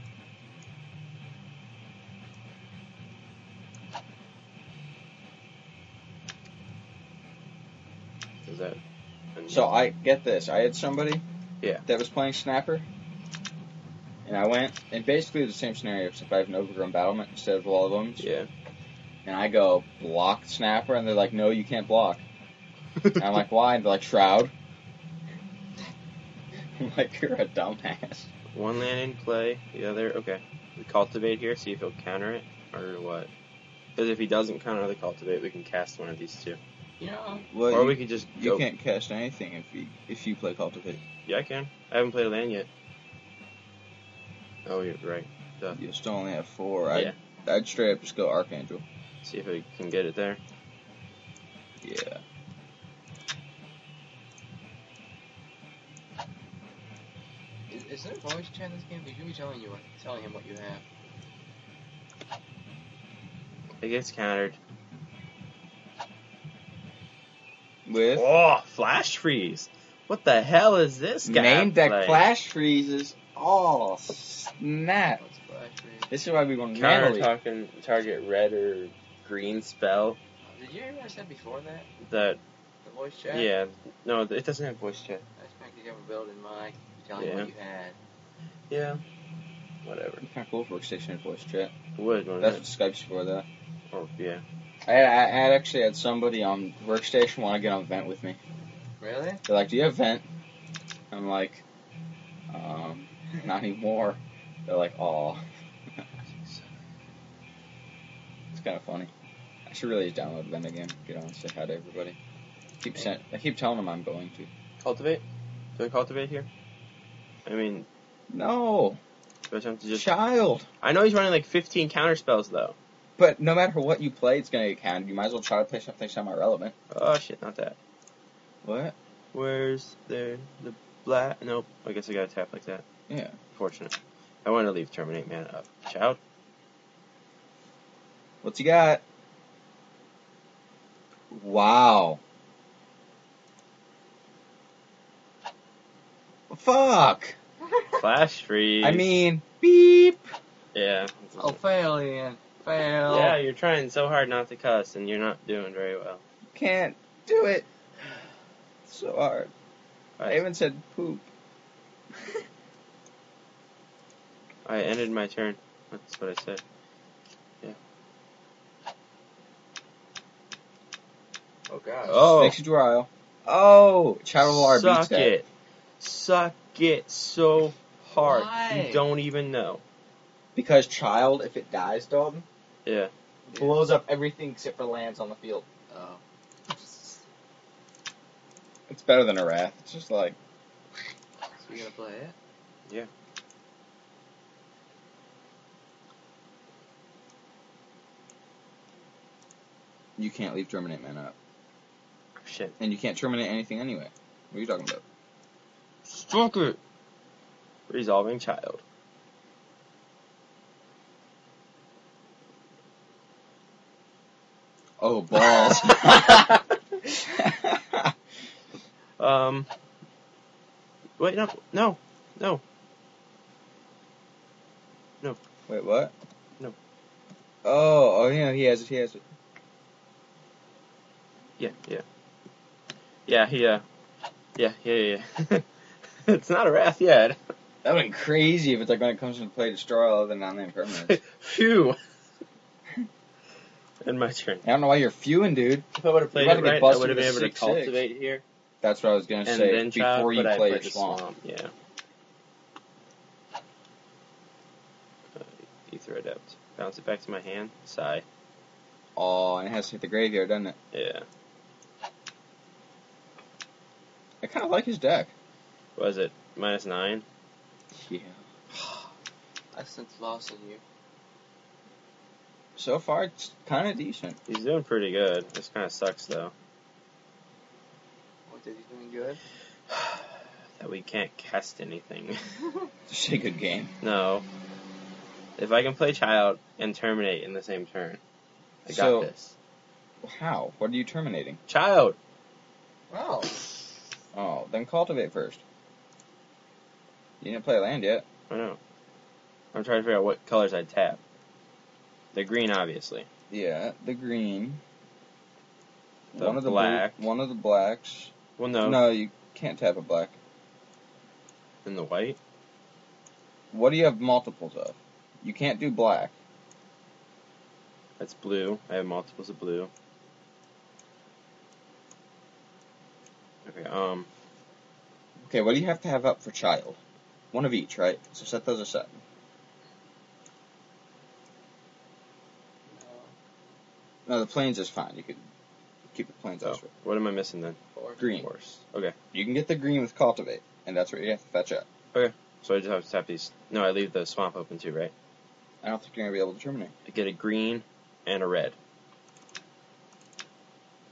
Speaker 2: Is that? And
Speaker 3: So I get this. I had somebody
Speaker 2: Yeah.
Speaker 3: that was playing snapper, and I went and basically the same scenario except I have an overgrown battlement instead of all of them.
Speaker 2: yeah.
Speaker 3: And I go block snapper, and they're like, "No, you can't block." And I'm like, "Why?" And they're like, "Shroud." I'm like, "You're a dumbass."
Speaker 2: one land in play, the other okay. We cultivate here, see if he'll counter it or what. Because if he doesn't counter the cultivate, we can cast one of these two,
Speaker 4: Yeah.
Speaker 3: Well,
Speaker 2: or
Speaker 3: you,
Speaker 2: we could just
Speaker 3: you
Speaker 2: go.
Speaker 3: can't cast anything if you if you play cultivate.
Speaker 2: Yeah, I can. I haven't played a land yet. Oh, you're right.
Speaker 3: You still only have four. I'd,
Speaker 2: Yeah.
Speaker 3: I'd straight up just go archangel.
Speaker 2: See if we can get it there.
Speaker 3: Yeah.
Speaker 4: Is, is there a voice chat in this game? They should be telling you what, telling him what you have.
Speaker 2: It gets countered.
Speaker 3: With
Speaker 2: Oh, flash freeze! What the hell is this guy?
Speaker 3: main deck
Speaker 2: playing?
Speaker 3: flash freezes. Oh snap!
Speaker 4: What's flash freeze?
Speaker 3: This is why we want
Speaker 2: Counter
Speaker 3: manly.
Speaker 2: talking target red or green spell
Speaker 4: Uh, Did you hear what I said before that?
Speaker 2: that
Speaker 4: The voice chat?
Speaker 2: yeah no it doesn't have voice chat
Speaker 4: I expect you to have a build in mind. You tell him
Speaker 2: Yeah.
Speaker 4: what you had.
Speaker 2: yeah whatever
Speaker 3: Kind of cool for extension and voice chat.
Speaker 2: would wouldn't
Speaker 3: That's
Speaker 2: it?
Speaker 3: what Skype's for, though.
Speaker 2: Oh, yeah.
Speaker 3: I, I, I actually had somebody on workstation want to get on vent with me.
Speaker 4: Really?
Speaker 3: They're like, "Do you have vent?" I'm like, um, "Not anymore." They're like, "Aw." it's kind of funny. I should really just download vent again. Get on, and say hi to everybody. Keep sent. I keep telling them I'm going to.
Speaker 2: Cultivate? Do I cultivate here? I mean,
Speaker 3: No,
Speaker 2: do I have to just.
Speaker 3: child.
Speaker 2: I know he's running like 15 counter spells though.
Speaker 3: But no matter what you play, it's gonna get counted. You might as well try to play something somewhat relevant.
Speaker 2: Oh shit, not that.
Speaker 3: What?
Speaker 2: Where's there the black? Nope. I guess I gotta tap like that.
Speaker 3: Yeah.
Speaker 2: Fortunate. I want to leave Terminate Man up. Child?
Speaker 3: What you got? Wow. Fuck.
Speaker 2: Flash freeze.
Speaker 3: I mean, beep.
Speaker 2: Yeah.
Speaker 4: Oh, fail, Ian. Fail.
Speaker 2: Yeah, you're trying so hard not to cuss and you're not doing very well.
Speaker 3: Can't do it. So hard. I even said poop.
Speaker 2: I ended my turn. That's what I said. Yeah.
Speaker 4: Oh, God.
Speaker 2: Oh.
Speaker 3: Next Drile. Oh, Child War beats
Speaker 2: Suck
Speaker 3: that.
Speaker 2: it. Suck it so hard.
Speaker 4: Why?
Speaker 2: You don't even know.
Speaker 3: Because Child, if it dies, Dalton,
Speaker 2: Yeah.
Speaker 4: Yeah.
Speaker 3: blows up everything except for lands on the field.
Speaker 4: Oh.
Speaker 3: It's better than a Wrath. It's just like,
Speaker 4: So you gonna play it?
Speaker 3: you can't leave Terminate Man up.
Speaker 2: Shit.
Speaker 3: And you can't terminate anything anyway. What are you talking about?
Speaker 2: Struck it. Resolving child.
Speaker 3: Oh, balls.
Speaker 2: Um. Wait, no, no, no.
Speaker 3: Wait, what?
Speaker 2: No.
Speaker 3: Oh, oh, yeah, he has it, he has it.
Speaker 2: Yeah, yeah. Yeah, he, uh. Yeah, yeah, yeah. yeah. it's not a wrath yet.
Speaker 3: That would be crazy if it's like when it comes into play, destroy all other non-land permanents. I
Speaker 2: Phew. And my turn.
Speaker 3: don't know why you're fewing, dude.
Speaker 2: If I would have played
Speaker 3: about
Speaker 2: it
Speaker 3: to get
Speaker 2: right, I
Speaker 3: busted
Speaker 2: would have
Speaker 3: with
Speaker 2: been
Speaker 3: a
Speaker 2: able to
Speaker 3: 6-6.
Speaker 2: cultivate here.
Speaker 3: That's what I was gonna
Speaker 2: And
Speaker 3: say
Speaker 2: then child,
Speaker 3: before you
Speaker 2: but I
Speaker 3: play
Speaker 2: played the
Speaker 3: Swamp.
Speaker 2: swamp. Yeah. Uh, Ether Adept. Bounce it back to my hand. Sigh.
Speaker 3: Oh, and it has to hit the graveyard, doesn't it?
Speaker 2: Yeah.
Speaker 3: I kind of like his deck.
Speaker 2: Was it minus nine?
Speaker 3: Yeah.
Speaker 1: I since lost in you.
Speaker 3: So far, it's kind of decent.
Speaker 2: He's doing pretty good. This kind of sucks though.
Speaker 1: What, is he doing good?
Speaker 2: That we can't cast anything.
Speaker 3: It's a good game.
Speaker 2: no. If I can play child and terminate in the same turn, I got
Speaker 3: So-
Speaker 2: this.
Speaker 3: How? What are you terminating?
Speaker 2: Child.
Speaker 1: Oh,
Speaker 3: Oh, then cultivate first. You didn't play land yet.
Speaker 2: I know. I'm trying to figure out what colors I'd tap. The green, obviously.
Speaker 3: Yeah, the green.
Speaker 2: The
Speaker 3: one of the blue-
Speaker 2: black.
Speaker 3: one of the blacks.
Speaker 2: Well, no,
Speaker 3: No, you can't tap a black.
Speaker 2: and the white.
Speaker 3: What do you have multiples of? You can't do black.
Speaker 2: That's blue. I have multiples of blue. Okay, um,
Speaker 3: Okay, what do you have to have up for child? One of each, right? So set those aside. No, the planes is fine. You could keep the planes
Speaker 2: Oh.
Speaker 3: elsewhere.
Speaker 2: what am I missing then?
Speaker 3: Green.
Speaker 2: Horse. Okay,
Speaker 3: You can get the green with cultivate, and that's what you have to fetch up.
Speaker 2: so I just have to tap these. No, I leave the swamp open too, right?
Speaker 3: I don't think you're gonna be able to terminate.
Speaker 2: I get a green and a red.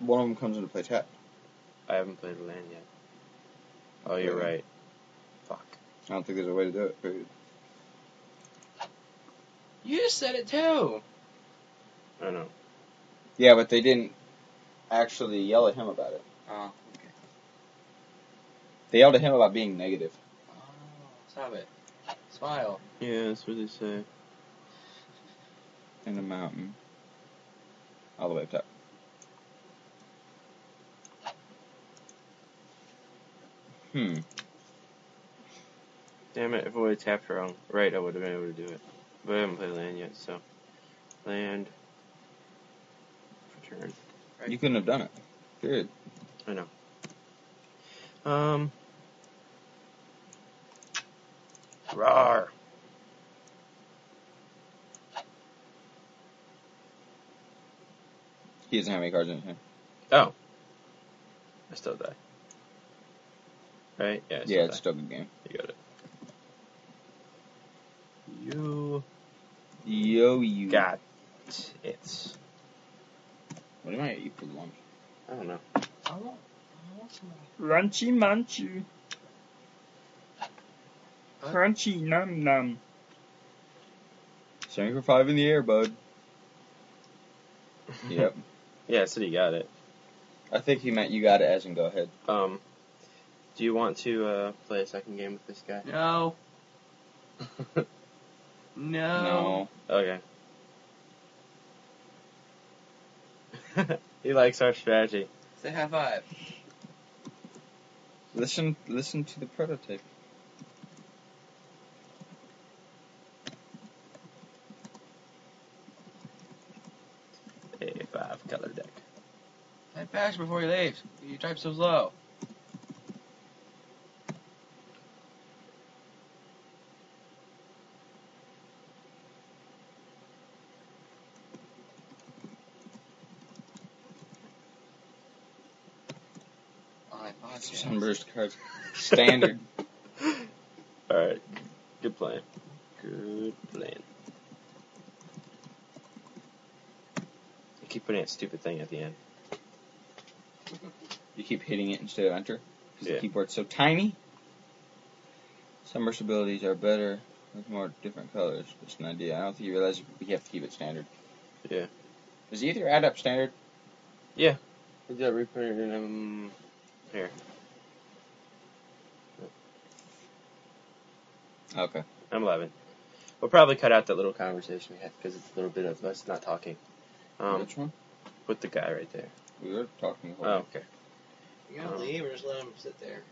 Speaker 3: One of them comes into play tap.
Speaker 2: I haven't played the land yet. Oh, you're
Speaker 3: Really?
Speaker 2: right. Fuck.
Speaker 3: I don't think there's a way to do it. Period.
Speaker 1: you said it too.
Speaker 2: I don't know.
Speaker 3: Yeah, but they didn't actually yell at him about it.
Speaker 1: Oh,
Speaker 3: They yelled at him about being negative.
Speaker 1: oh, stop it. Smile.
Speaker 2: Yeah, that's what they say.
Speaker 3: In the mountain. All the way up top. Hmm.
Speaker 2: Damn it, if I would have tapped wrong, right, I would have been able to do it. But I haven't played land yet, so. Land. For turn.
Speaker 3: You couldn't have done it. Period.
Speaker 2: Um. Rawr.
Speaker 3: He doesn't have any cards in his hand.
Speaker 2: I still die. Right? Yeah, I still
Speaker 3: Yeah,
Speaker 2: die.
Speaker 3: it's still a good game.
Speaker 2: You got it. You
Speaker 3: Yo, you.
Speaker 2: got it.
Speaker 3: What am I eat for lunch?
Speaker 2: I don't know.
Speaker 1: I want, I want some.
Speaker 6: Crunchy munchy. Crunchy num num.
Speaker 3: Seven for five in the air, bud. yep.
Speaker 2: Yeah, I said you got it.
Speaker 3: I think he meant you got it as in go ahead.
Speaker 2: Um, do you want to uh, play a second game with this guy?
Speaker 1: No. No.
Speaker 3: No.
Speaker 2: Okay. he likes our strategy.
Speaker 1: Say high five.
Speaker 3: Listen, listen to the prototype.
Speaker 2: A five color deck.
Speaker 1: Type fast before he leaves. You type so slow. I podcast.
Speaker 3: Sunburst cards. Standard.
Speaker 2: Alright. Good plan. Good plan. I keep putting that stupid thing at the end.
Speaker 3: You keep hitting it instead of enter because
Speaker 2: Yeah.
Speaker 3: the keyboard's so tiny. Submersibilities are better with more different colors. Just an idea. I don't think you realize we have to keep it standard.
Speaker 2: Yeah.
Speaker 3: Is either add up standard?
Speaker 5: Is that reprinted? Um,
Speaker 3: Okay.
Speaker 2: I'm loving. We'll probably cut out that little conversation we had because it's a little bit of us not talking. Um,
Speaker 3: Which one?
Speaker 2: with the guy right there.
Speaker 3: We were talking. the whole
Speaker 2: Oh,
Speaker 3: time.
Speaker 2: okay.
Speaker 4: You gotta
Speaker 2: Oh.
Speaker 4: leave or just let him sit there.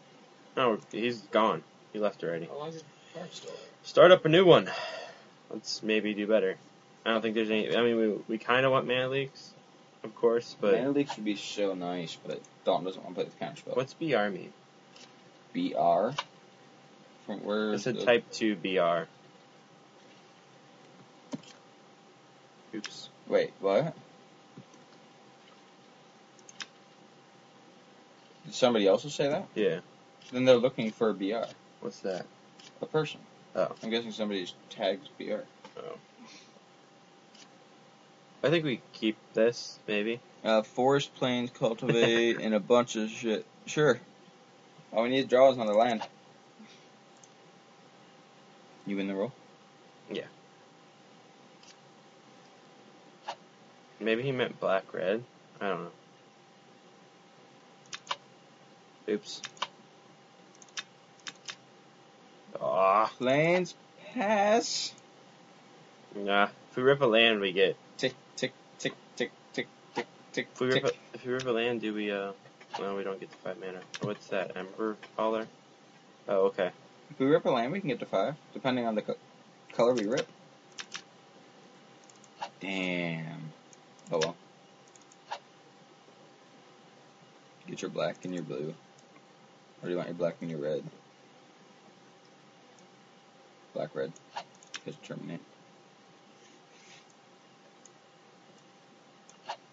Speaker 2: No, he's gone. He left already.
Speaker 4: How long's the park store?
Speaker 2: Start up a new one. Let's maybe do better. I don't think there's any. I mean, we we kind of want mana leaks, of course, but
Speaker 3: Mana Leaks would be so nice, but Dalton doesn't want to play the counter spell.
Speaker 2: what's BR mean?
Speaker 3: BR? From where?
Speaker 2: It's a
Speaker 3: the-
Speaker 2: type two BR. Oops.
Speaker 3: Wait, what? Did somebody else say that?
Speaker 2: Yeah.
Speaker 3: Then they're looking for a BR,
Speaker 2: What's that?
Speaker 3: a person.
Speaker 2: Oh.
Speaker 3: I'm guessing somebody's tagged BR.
Speaker 2: I think we keep this maybe.
Speaker 3: Uh, forest plains cultivate and a bunch of shit. Sure. All we need to draw is another land. You win the roll.
Speaker 2: Maybe he meant black red. I don't know. Oops. Ah,
Speaker 3: Plains pass.
Speaker 2: nah. If we rip a land, we get.
Speaker 3: Tick tick tick tick tick tick tick
Speaker 2: If we
Speaker 3: tick.
Speaker 2: rip, a, if we rip a land, do we? Uh, no, we don't get the five mana. What's that? Ember collar. Oh, okay.
Speaker 3: If we rip a land, we can get to five, depending on the co- color we rip. Damn. Oh well. Get your black and your blue. Or do you want your black and your red? Black, red. Just terminate.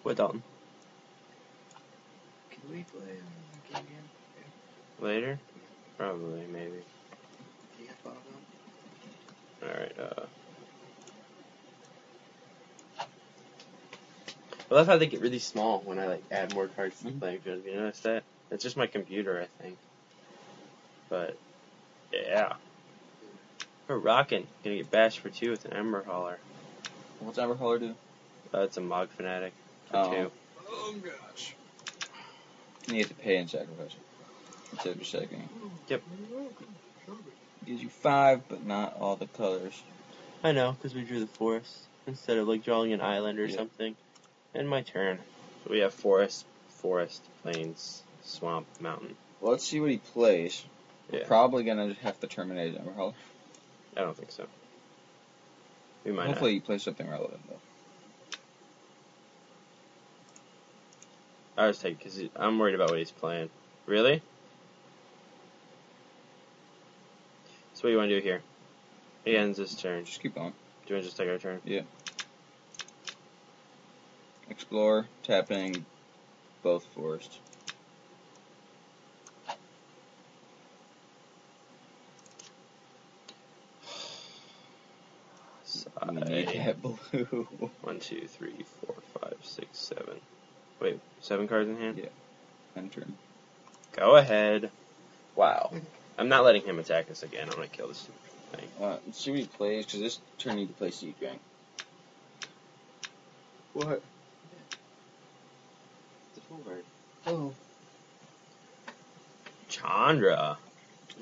Speaker 2: What Dalton?
Speaker 4: Can we play on the game again?
Speaker 2: Later? Probably, maybe.
Speaker 4: Do you have fun with them?
Speaker 2: All right. Uh. I love how they get really small when I like add more cards to the
Speaker 3: Mhm.
Speaker 2: playing field. Have You notice that? It's just my computer, I think. But yeah, we're rocking. Gonna get bashed for two with an Ember Hauler.
Speaker 3: What's Amber Color do?
Speaker 2: Uh, it's a Mog Fanatic for
Speaker 3: Oh.
Speaker 2: two.
Speaker 4: Oh gosh.
Speaker 3: You have to pay and sacrifice. Instead of just sacking.
Speaker 2: Yep.
Speaker 3: Gives you five, but not all the colors.
Speaker 2: I know, because we drew the forest instead of like drawing an island or
Speaker 3: Yeah.
Speaker 2: something. And my turn. So we have forest, forest, plains, swamp, mountain.
Speaker 3: Well, let's see what he plays.
Speaker 2: Yeah,
Speaker 3: We're probably gonna have to terminate Amber Color.
Speaker 2: I don't think so. We might
Speaker 3: Hopefully, he plays something relevant though.
Speaker 2: not. I was taking because I'm worried about what he's playing. Really? So what do you want to do here? He ends his turn.
Speaker 3: Just keep going.
Speaker 2: Do you want to just take our turn?
Speaker 3: Explore, tapping both forests. We need
Speaker 2: Sigh.
Speaker 3: that blue.
Speaker 2: uh, One, two, three, four, five, six, seven. Wait, seven cards in hand?
Speaker 3: Yeah. End turn.
Speaker 2: Go ahead. Wow. I'm not letting him attack us again. I'm gonna kill this stupid thing.
Speaker 3: Uh, let's see what he plays, because this turn he plays Seed Gang.
Speaker 2: What?
Speaker 4: It's a full bird. Oh.
Speaker 2: Chandra.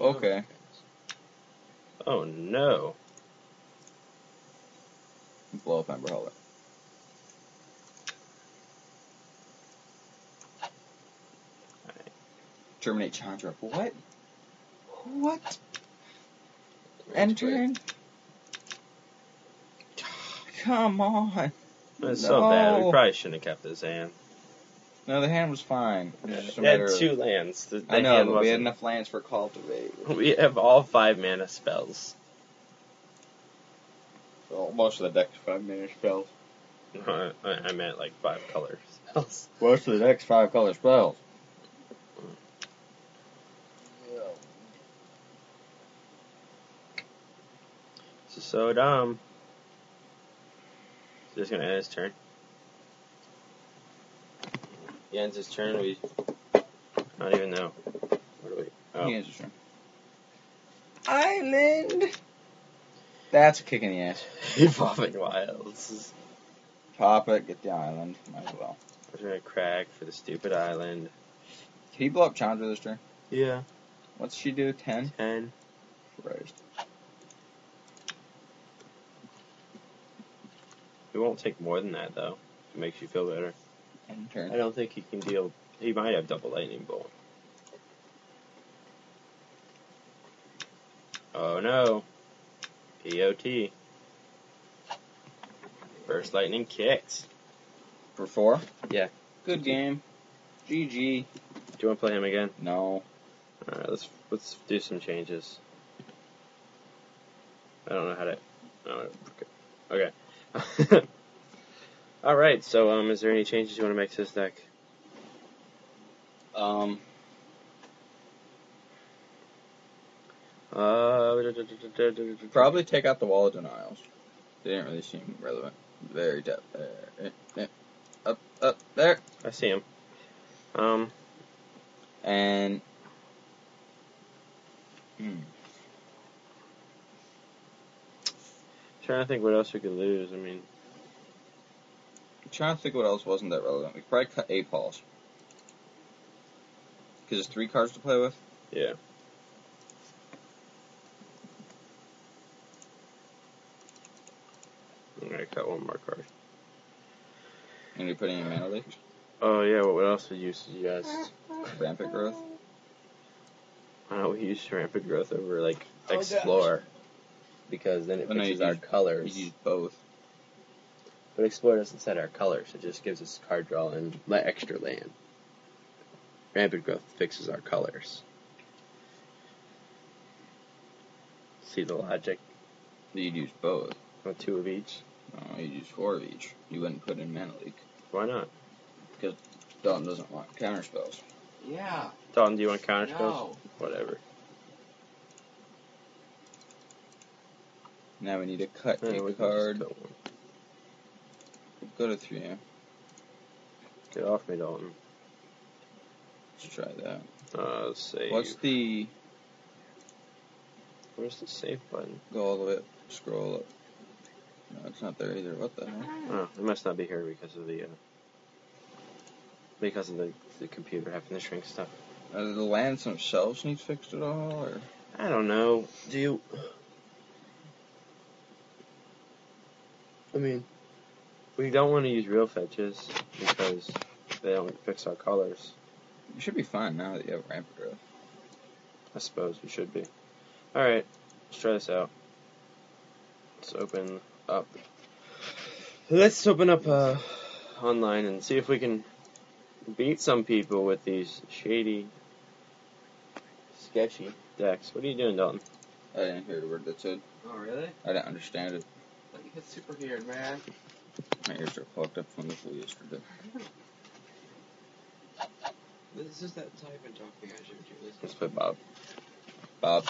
Speaker 3: Okay.
Speaker 2: Oh no.
Speaker 3: Blow up Ember Hollow.
Speaker 2: Alright.
Speaker 3: Terminate Chandra. What? What? End
Speaker 4: Enter.
Speaker 3: turn? Come on.
Speaker 2: That's so bad. We
Speaker 3: No.
Speaker 2: probably shouldn't have kept this hand.
Speaker 3: No, the hand was fine. It was just a
Speaker 2: We had
Speaker 3: matter of-
Speaker 2: two lands. The, the
Speaker 3: I know,
Speaker 2: hand
Speaker 3: but we had
Speaker 2: wasn't-
Speaker 3: enough lands for cultivate.
Speaker 2: We have all five mana spells.
Speaker 3: Well, most of the deck's five mana spells.
Speaker 2: I, I meant like five color spells.
Speaker 3: Most of the deck's five color spells.
Speaker 2: This is so dumb. He's just gonna end his turn. He ends his turn. We. I don't even know. What do we? Oh.
Speaker 3: He answers him.
Speaker 2: Island.
Speaker 3: That's a kick in the ass.
Speaker 2: Popping wild. This is-
Speaker 3: Pop it, get the island. Might as well.
Speaker 2: We're gonna crack for the stupid island.
Speaker 3: Can you blow up Chandra this turn?
Speaker 2: Yeah.
Speaker 3: What's she do? Ten?
Speaker 2: Ten.
Speaker 3: Christ.
Speaker 2: It won't take more than that though. If it makes you feel better.
Speaker 3: End
Speaker 2: I
Speaker 3: turn.
Speaker 2: don't think he can deal. He might have double lightning bolt. Oh no. POT. First lightning kicks.
Speaker 3: For four?
Speaker 2: Yeah.
Speaker 3: Good game. GG.
Speaker 2: Do you want to play him again?
Speaker 3: No.
Speaker 2: All right, let's let's do some changes. I don't know how to. Oh, okay. Okay. All right. So, um, is there any changes you want to make to this deck?
Speaker 3: Um,
Speaker 2: Uh,
Speaker 3: probably take out the wall of denials. They didn't really seem relevant. Very depth there. Eh, eh. Up, up, there.
Speaker 2: I see him. Um,
Speaker 3: And. Hmm.
Speaker 2: trying to think what else we could lose. I mean,
Speaker 3: I'm trying to think what else wasn't that relevant. We could probably cut eight balls. Because there's three cards to play with.
Speaker 2: yeah. I'm gonna cut one more card.
Speaker 3: And you're putting in mana leaks.
Speaker 2: Oh yeah, what else would you suggest?
Speaker 3: Rampant growth.
Speaker 2: I don't know we use rampant growth over like explore, because then it
Speaker 3: Oh, no,
Speaker 2: fixes
Speaker 3: you
Speaker 2: our
Speaker 3: use- You
Speaker 2: colors.
Speaker 3: use both.
Speaker 2: But explore doesn't set our colors; it just gives us card draw and la- extra land. Rampant growth fixes our colors. See the logic
Speaker 3: You'd use both.
Speaker 2: on two of each?
Speaker 3: No, you'd use four of each. You wouldn't put in mana leak.
Speaker 2: Why not?
Speaker 3: Dalton doesn't want counter spells.
Speaker 4: Yeah.
Speaker 2: Dalton, do you want counter spells?
Speaker 4: No.
Speaker 2: Whatever.
Speaker 3: Now we need to cut
Speaker 2: Yeah,
Speaker 3: a
Speaker 2: we can just
Speaker 3: card.
Speaker 2: cut one.
Speaker 3: Go to three. yeah.
Speaker 2: Get off me, Dalton.
Speaker 3: Let's try that.
Speaker 2: Uh, save.
Speaker 3: What's the
Speaker 2: Where's the save button?
Speaker 3: go all the way up? Scroll up. No, it's not there either. What the hell?
Speaker 2: Oh, it must not be here because of the uh, because of the, the computer having to shrink stuff.
Speaker 3: Are Uh, the lands themselves need fixed at all, or
Speaker 2: I don't know. Do you? I mean, we don't want to use real fetches because they don't fix our colors.
Speaker 3: you should be fine now that you have rampant growth.
Speaker 2: I suppose we should be. All right, let's try this out. Let's open up. Let's open up uh, online and see if we can beat some people with these shady, sketchy decks. What are you doing, Dalton?
Speaker 3: I didn't hear the word that said.
Speaker 4: Oh, really?
Speaker 3: I didn't understand it.
Speaker 4: But you get super weird, man.
Speaker 3: My ears are plugged up from the flu yesterday.
Speaker 4: This is that type of talking I should do. This
Speaker 3: Let's play Bob. Bob.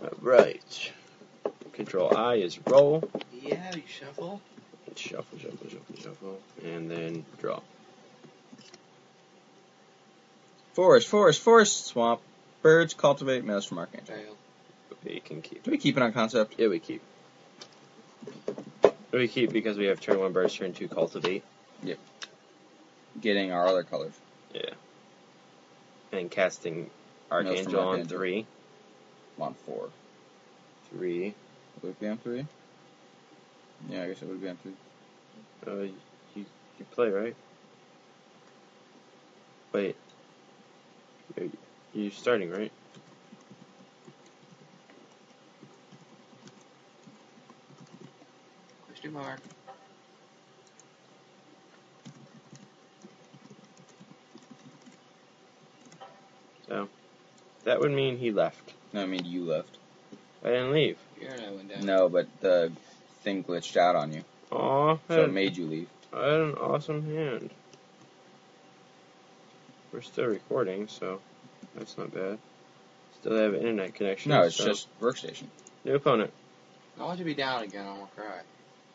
Speaker 2: All right. Control I is roll.
Speaker 4: Yeah, you shuffle.
Speaker 2: Shuffle, shuffle, shuffle, shuffle, and then draw.
Speaker 3: Forest, forest, forest, swamp. Birds cultivate males from Archangel.
Speaker 4: Fail.
Speaker 2: We can keep.
Speaker 3: Do we keep it on concept?
Speaker 2: Yeah, we keep. We keep because we have turn one birds, turn two cultivate,
Speaker 3: Getting our other colors.
Speaker 2: and casting
Speaker 3: from
Speaker 2: archangel on
Speaker 3: Archangel.
Speaker 2: three.
Speaker 3: I'm on four.
Speaker 2: Three.
Speaker 3: Would it be on three? Yeah, I guess it would be on three.
Speaker 2: Uh, you you play right? Wait. You- You starting right?
Speaker 4: Question mark.
Speaker 2: That would mean he left.
Speaker 3: No, I mean you left.
Speaker 2: I didn't leave.
Speaker 4: Here and I went down.
Speaker 3: No, but the thing glitched out on you,
Speaker 2: Aw, I
Speaker 3: so it
Speaker 2: had,
Speaker 3: made you leave.
Speaker 2: I had an awesome hand. We're still recording, so that's not bad. Still have internet connection.
Speaker 3: No, it's
Speaker 2: so-
Speaker 3: just workstation.
Speaker 2: new opponent.
Speaker 4: I want you to be down again. I'm gonna cry.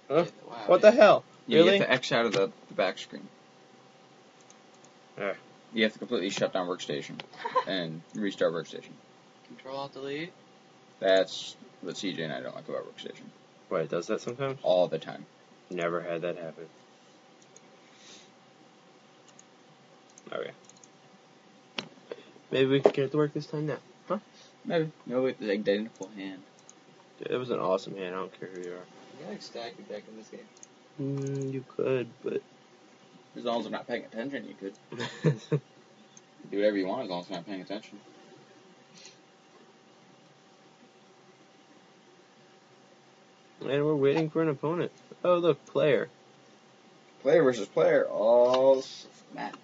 Speaker 2: Huh?
Speaker 4: Yeah, wow,
Speaker 2: What the
Speaker 4: man.
Speaker 2: hell?
Speaker 3: Yeah, You
Speaker 2: Really?
Speaker 3: have to X out of the, the back screen.
Speaker 2: Yeah.
Speaker 3: You have to completely shut down workstation and restart workstation.
Speaker 4: Control Alt Delete.
Speaker 3: That's what CJ and I don't like about workstation
Speaker 2: Wait, it does that sometimes?
Speaker 3: all the time.
Speaker 2: Never had that happen. Okay. Oh, Maybe we can get it to work this time now.
Speaker 3: Maybe no, we have the identical hand.
Speaker 2: Dude, that was an awesome hand. I don't care who you are.
Speaker 4: You gotta stack it back in this game.
Speaker 2: Mm, you could, but
Speaker 3: As long as I'm not paying attention, you could
Speaker 2: I
Speaker 3: do whatever you want as long as I'm not paying attention.
Speaker 2: And we're waiting for an opponent. Oh, look, player.
Speaker 3: Player versus player, all s- Matt.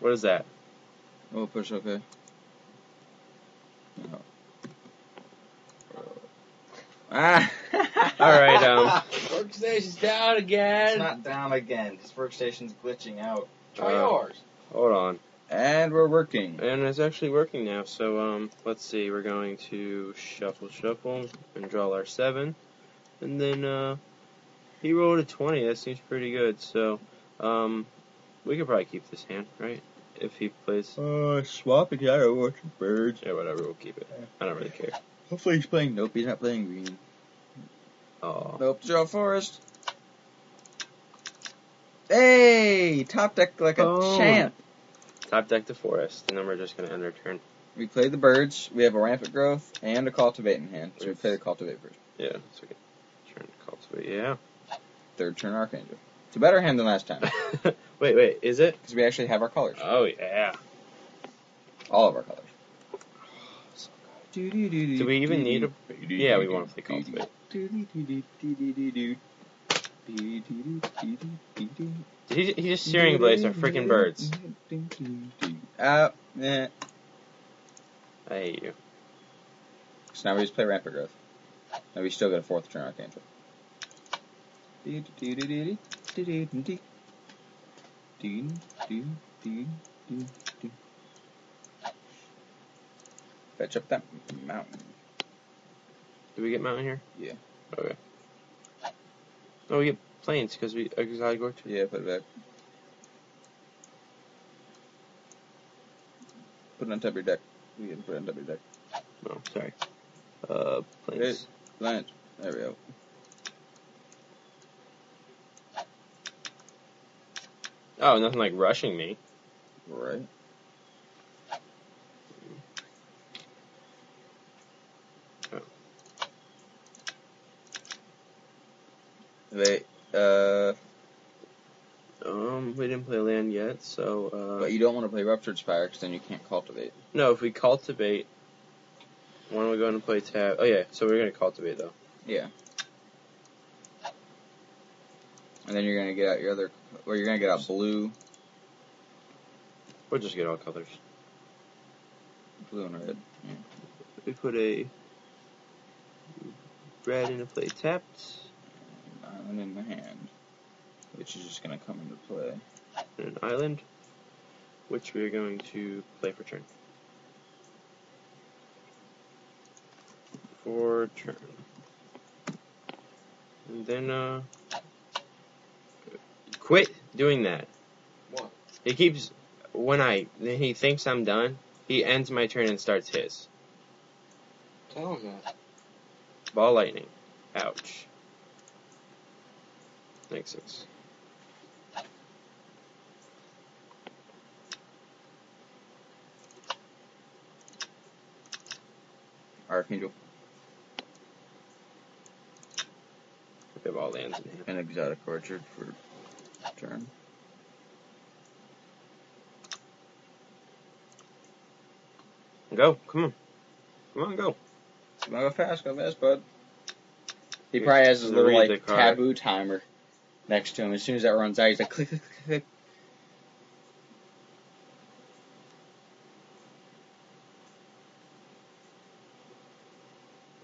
Speaker 2: What is that?
Speaker 3: We'll push okay. No. Ah.
Speaker 2: All right, um,
Speaker 4: Workstation's down again.
Speaker 3: It's not down again. This workstation's glitching out.
Speaker 4: Try
Speaker 2: Uh,
Speaker 4: yours.
Speaker 2: hold on.
Speaker 3: And we're working.
Speaker 2: And it's actually working now. So, um, let's see. We're going to shuffle, shuffle, and draw our seven. And then, uh, he rolled a 20. That seems pretty good. So, um, we could probably keep this hand, right? If he plays.
Speaker 6: Uh, swap it out or watch birds.
Speaker 2: Yeah, whatever. We'll keep it. I don't really care.
Speaker 6: Hopefully he's playing
Speaker 3: Nope, he's not playing green.
Speaker 2: Oh.
Speaker 3: Nope, Joe Forrest. Hey, top deck like a
Speaker 2: Oh.
Speaker 3: champ.
Speaker 2: Top deck the forest, and then we're just going to end our turn.
Speaker 3: We play the birds. We have a rampant growth and a cultivate in hand. So we play the cultivate first.
Speaker 2: Yeah, it's okay. Turn to cultivate. Yeah.
Speaker 3: Third turn archangel. It's a better hand than last time
Speaker 2: wait, wait. Is it?
Speaker 3: because we actually have our colors,
Speaker 2: Oh, yeah.
Speaker 3: all of our colors.
Speaker 2: Do
Speaker 3: Do
Speaker 2: we even need a? Yeah, we want to play cultivate. Did he, he just searing blaze our freaking birds.
Speaker 3: Uh, eh.
Speaker 2: I hate you.
Speaker 3: So now we just play rampant growth. And we still get a fourth turn archangel. Fetch up that mountain.
Speaker 2: Do we get mountain here?
Speaker 3: Yeah.
Speaker 2: Okay. Oh, we get plains because we uh, exotic orchard.
Speaker 3: Yeah, put it back. Put it on top of your deck. You can put it on top of your deck.
Speaker 2: No, Oh, sorry. Uh, plains.
Speaker 3: Land. There we go.
Speaker 2: Oh, nothing like rushing me.
Speaker 3: Right.
Speaker 2: Oh.
Speaker 3: Wait, uh,
Speaker 2: Um, we didn't play land yet, so uh.
Speaker 3: but you don't want to play Ruptured Spire because then you can't cultivate.
Speaker 2: No, if we cultivate, why don't we go and play tab? Oh yeah, so we're gonna cultivate though.
Speaker 3: And then you're going to get out your other, or you're going to get out blue,
Speaker 2: We'll just get all colors.
Speaker 3: blue and red.
Speaker 2: We put a red into play tapped,
Speaker 3: Island in the hand, which is just going to come into play.
Speaker 2: and an island, which we are going to play for turn. For turn. And then, uh. Quit doing that.
Speaker 4: What?
Speaker 2: He keeps. When I. Then he thinks I'm done, he ends my turn and starts his.
Speaker 4: Tell him that.
Speaker 2: Ball lightning. Ouch. Makes sense.
Speaker 3: Archangel
Speaker 2: We have all lands in hand.
Speaker 3: and Exotic Orchard for turn.
Speaker 2: Go. Come on. Come on, go.
Speaker 3: Come on, go fast, go fast, bud. He
Speaker 2: Yeah,
Speaker 3: probably has his
Speaker 2: read
Speaker 3: little
Speaker 2: the
Speaker 3: like
Speaker 2: card.
Speaker 3: taboo timer next to him. As soon as that runs out, he's like click, click, click, click.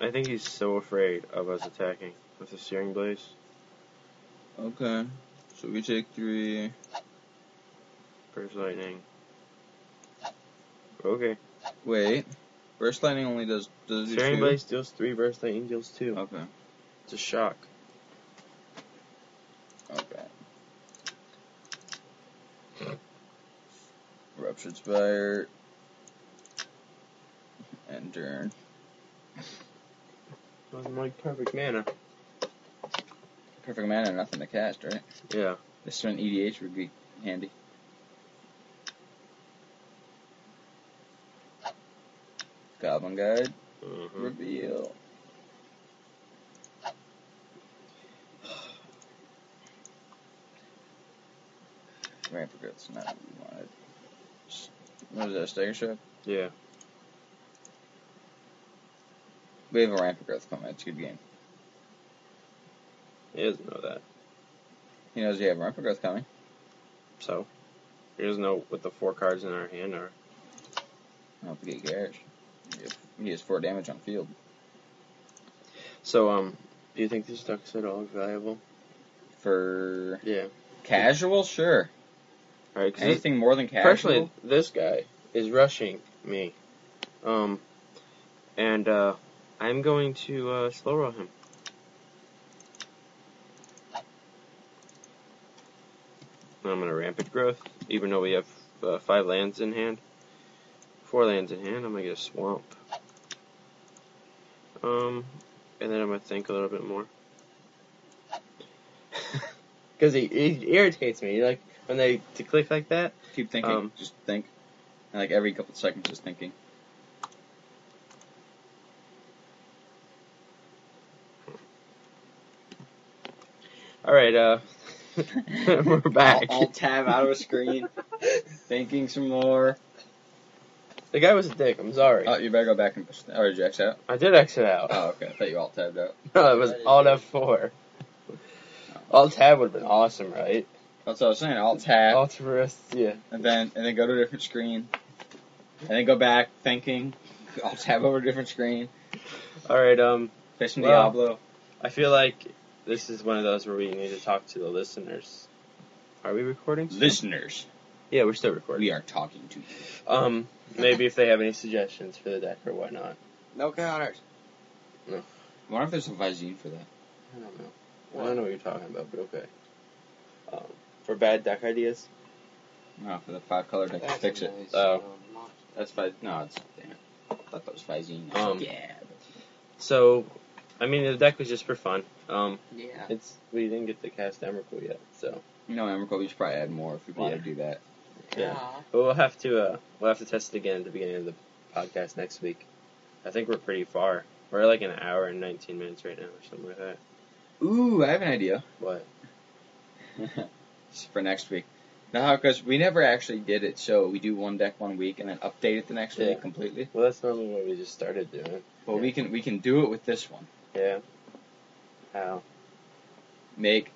Speaker 2: I think he's so afraid of us attacking with the steering blaze.
Speaker 3: Okay, so we take three.
Speaker 2: First lightning. Okay.
Speaker 3: Wait, Burst lightning only does does
Speaker 2: If
Speaker 3: do two?
Speaker 2: anybody steals three burst lightning deals two.
Speaker 3: Okay.
Speaker 2: It's a shock.
Speaker 3: Okay.
Speaker 6: Ruptured Spire.
Speaker 3: And Durn.
Speaker 2: Wasn't like perfect mana.
Speaker 3: Perfect mana, nothing to cast, right?
Speaker 2: Yeah.
Speaker 3: This is when EDH would be handy. Goblin Guide,
Speaker 2: Mm-hmm.
Speaker 3: reveal. Rampart Goat's not what we wanted. S- What is that, Stagger Shot?
Speaker 2: Yeah.
Speaker 3: We have a Rampart Growth coming, it's a good game.
Speaker 2: He doesn't know that.
Speaker 3: He knows you have Rampart Growth coming.
Speaker 2: So he doesn't know what the four cards in our hand are.
Speaker 3: I hope we get Garish. If he has 4 damage on field.
Speaker 2: So um, do you think this deck's at all valuable?
Speaker 3: For
Speaker 2: Yeah.
Speaker 3: casual, sure.
Speaker 2: All right. 'cause it-
Speaker 3: Anything more than casual?
Speaker 2: Especially this guy is rushing me. Um, and uh, I'm going to uh, slow roll him. And I'm going to rampant growth, even though we have uh, five lands in hand. Four lands in hand, I'm going to get a swamp. Um, and then I'm going to think a little bit more. Because he, he irritates me. Like, when they to click like that,
Speaker 3: Keep thinking.
Speaker 2: Um,
Speaker 3: just think. And like every couple of seconds, just thinking.
Speaker 2: All right, uh, we're back.
Speaker 3: I'll, tab out of a screen, thinking some more.
Speaker 2: The guy was a dick. I'm sorry.
Speaker 3: Oh, you better go back and push. That. Oh, did you X out?
Speaker 2: I did exit out.
Speaker 3: Oh, okay. I thought you all tabbed out.
Speaker 2: No, it was Alt F4. Alt Tab would have been awesome, right?
Speaker 3: That's what I was saying. Alt tab,
Speaker 2: Alt Risk, yeah.
Speaker 3: and then and then go to a different screen, and then go back thinking. Alt tab over a different screen.
Speaker 2: All right, um,
Speaker 3: Play some
Speaker 2: Well,
Speaker 3: Diablo.
Speaker 2: I feel like this is one of those where we need to talk to the listeners. Are we recording? still?
Speaker 3: Listeners,
Speaker 2: Yeah, we're still recording.
Speaker 3: we are talking to you.
Speaker 2: Um, maybe if they have any suggestions for the deck or whatnot.
Speaker 4: No counters.
Speaker 3: I wonder if there's a Visine for that.
Speaker 2: I don't know. I don't know what you're talking about, but okay. Um, for bad deck ideas.
Speaker 3: No, for the five color deck to
Speaker 4: That's
Speaker 3: fix it.
Speaker 4: nice. Um,
Speaker 2: Oh.
Speaker 3: That's five. No, it's damn. It. I thought that was Visine.
Speaker 2: Um,
Speaker 3: yeah.
Speaker 2: So, I mean, the deck was just for fun. Um,
Speaker 4: Yeah.
Speaker 2: It's we didn't get to cast Emrakul yet, so
Speaker 3: No, Emrakul, we should probably add more if we want
Speaker 2: Yeah.
Speaker 3: to do that.
Speaker 2: Yeah. but we'll have to uh, we'll have to test it again at the beginning of the podcast next week. I think we're pretty far. We're like an hour and nineteen minutes right now, or something like that.
Speaker 3: Ooh, I have an idea
Speaker 2: What?
Speaker 3: for next week. No, because we never actually did it, so we do one deck one week and then update it the next
Speaker 2: Yeah.
Speaker 3: week completely.
Speaker 2: Well, that's normally what we just started doing.
Speaker 3: But we can we can do it with this one.
Speaker 2: Yeah. How?
Speaker 3: Make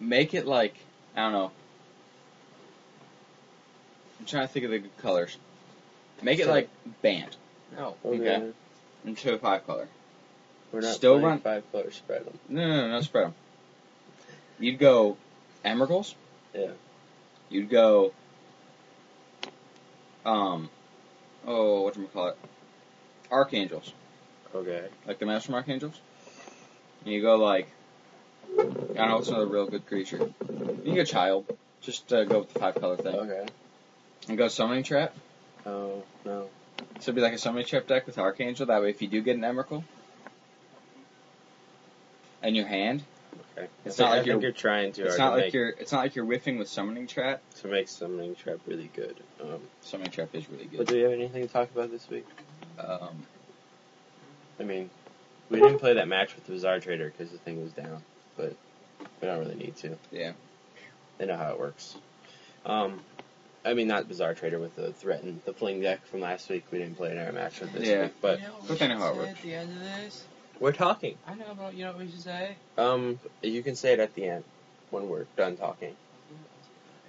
Speaker 3: make it like I don't know. I'm trying to think of the good colors. Make it
Speaker 2: Sure.
Speaker 3: like band
Speaker 4: No.
Speaker 3: Okay. into a five color.
Speaker 2: We're not
Speaker 3: Still
Speaker 2: still playing
Speaker 3: run-
Speaker 2: five color spread 'em.
Speaker 3: No, no, no, no spread them. You'd go Emeralds.
Speaker 2: Yeah.
Speaker 3: You'd go. Um, oh, what do call it? Archangels,
Speaker 2: Okay.
Speaker 3: like the Master Archangels. And you go like, I don't know, what's another real good creature? You can go Child. Just uh, go with the five color thing.
Speaker 2: Okay.
Speaker 3: And go Summoning Trap.
Speaker 2: Oh no.
Speaker 3: So it'd be like a Summoning Trap deck with Archangel. That way, if you do get an Emrakul in your hand,
Speaker 2: Okay.
Speaker 3: It's
Speaker 2: I
Speaker 3: not like
Speaker 2: think- I think
Speaker 3: you're-
Speaker 2: you're trying too
Speaker 3: it's
Speaker 2: hard
Speaker 3: not
Speaker 2: to
Speaker 3: like
Speaker 2: make
Speaker 3: you're it's not like you're whiffing with Summoning Trap.
Speaker 2: to make summoning trap really good. Um,
Speaker 3: Summoning Trap is really
Speaker 2: but
Speaker 3: good.
Speaker 2: do we have anything to talk about this week?
Speaker 3: Um,
Speaker 2: I mean, we didn't play that match with the Bizarre Trader because the thing was down, but we don't really need to.
Speaker 3: Yeah.
Speaker 2: They know how it works. Um, I mean, not Bizarre Trader with the threatened, the fling deck from last week. We didn't play in our match with this
Speaker 3: Yeah.
Speaker 2: week, but
Speaker 4: you know what
Speaker 3: but
Speaker 4: we
Speaker 3: they know
Speaker 4: should
Speaker 3: how it
Speaker 4: say
Speaker 3: works.
Speaker 4: At the end of this,
Speaker 2: we're talking.
Speaker 4: I know about you know what we should say.
Speaker 2: Um, you can say it at the end when we're done talking.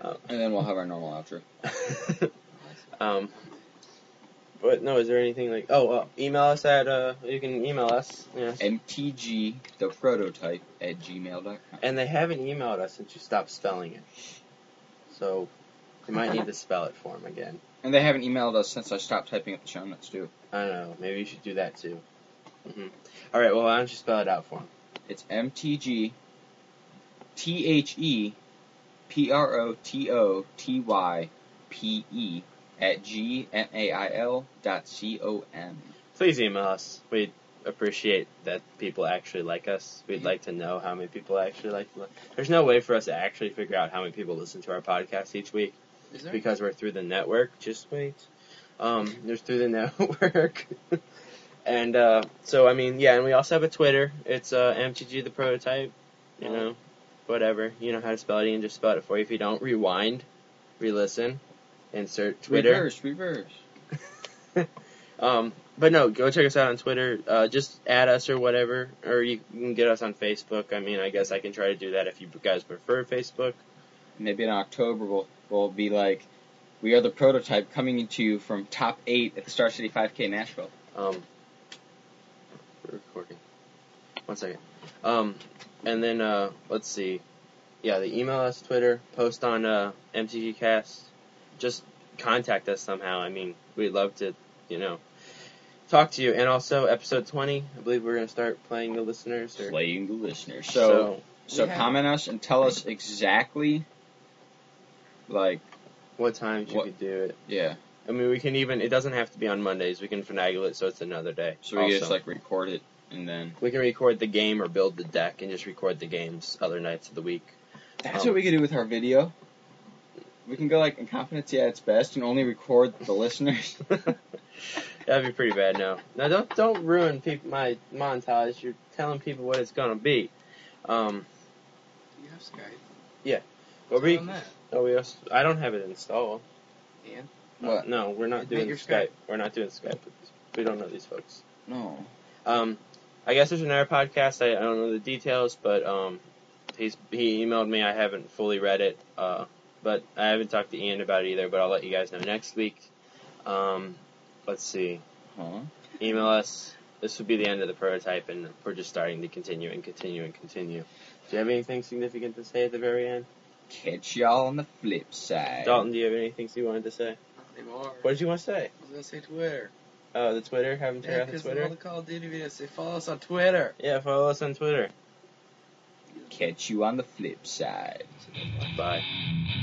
Speaker 3: and then we'll have our normal outro.
Speaker 2: um, but no, is there anything like? Oh, uh, email us at uh, you can email us. Yes.
Speaker 3: MTG the prototype at gmail.com.
Speaker 2: And they haven't emailed us since you stopped spelling it. So You might need to spell it for him again.
Speaker 3: And they haven't emailed us since I stopped typing up the show notes, too.
Speaker 2: I don't know. Maybe you should do that too. hmm All right. Well, why don't you spell it out for him?
Speaker 3: It's MTG THE PROTOTYPE E, at gmail dot com.
Speaker 2: Please email us. We'd appreciate that people actually like us. We'd like to know how many people actually like. li- There's no way for us to actually figure out how many people listen to our podcast each week
Speaker 4: Is there?
Speaker 2: because we're through the network. Just wait. Um, there's through the network. and uh, so I mean, yeah, and we also have a Twitter. It's uh, MTG the prototype. You
Speaker 4: Oh.
Speaker 2: know, whatever. You know how to spell it. You can just spell it for you. If you don't, rewind, re-listen, insert Twitter.
Speaker 3: Reverse, reverse.
Speaker 2: Um, but no, go check us out on Twitter. Uh, just add us or whatever, or you can get us on Facebook. I mean, I guess I can try to do that if you guys prefer Facebook.
Speaker 3: Maybe in October we'll, we'll be like, we are the prototype coming to you from top eight at the Star City 5K Nashville.
Speaker 2: Um, we're recording. One second. Um, and then uh, let's see. Yeah, the email us, Twitter, post on uh, MTGcast. Just contact us somehow. I mean, we'd love to, you know, talk to you. And also, episode twenty, I believe we're gonna start playing the listeners. Or,
Speaker 3: Playing the listener. so
Speaker 2: so
Speaker 3: So
Speaker 4: We have-
Speaker 3: comment us and tell us exactly, like,
Speaker 2: what times you
Speaker 3: What-
Speaker 2: could do it.
Speaker 3: yeah.
Speaker 2: I mean, we can even. It doesn't have to be on Mondays. We can finagle it so it's another day.
Speaker 3: So we
Speaker 2: also.
Speaker 3: can just like record it and then.
Speaker 2: we can record the game or build the deck and just record the games other nights of the week.
Speaker 3: That's
Speaker 2: Um,
Speaker 3: what we could do with our video. We can go like incompetency at its best and only record the listeners.
Speaker 2: That'd be pretty bad. No, no, don't don't ruin peop- my montage. You're telling people what it's gonna be. Um,
Speaker 4: You have Skype.
Speaker 2: but
Speaker 4: What's
Speaker 2: we,
Speaker 4: on that?
Speaker 2: oh, we also, I don't have it installed.
Speaker 4: Dan?
Speaker 3: What?
Speaker 2: No, we're not
Speaker 4: Make
Speaker 2: doing
Speaker 4: your
Speaker 2: Skype.
Speaker 4: Skype.
Speaker 2: We're not doing Skype. with these- We don't know these folks.
Speaker 3: No.
Speaker 2: Um, I guess there's another podcast. I, I don't know the details, but um, he's he emailed me. I haven't fully read it, uh, but I haven't talked to Ian about it either. But I'll let you guys know next week. Um, let's see.
Speaker 3: Huh?
Speaker 2: Email us. This would be the end of the prototype, and we're just starting to continue and continue and continue. Do you have anything significant to say at the very end,
Speaker 3: Catch y'all on the flip side.
Speaker 2: Dalton? Do you have anything you wanted to say?
Speaker 4: Not anymore.
Speaker 2: What did you want to say?
Speaker 4: I was gonna say Twitter.
Speaker 2: Oh, the Twitter. Have him check
Speaker 4: Yeah,
Speaker 2: out the
Speaker 4: 'cause of
Speaker 2: Twitter.
Speaker 4: all the Call of Duty videos. They follow us on Twitter.
Speaker 2: Yeah, follow us on Twitter.
Speaker 3: Catch you on the flip side.
Speaker 2: Bye.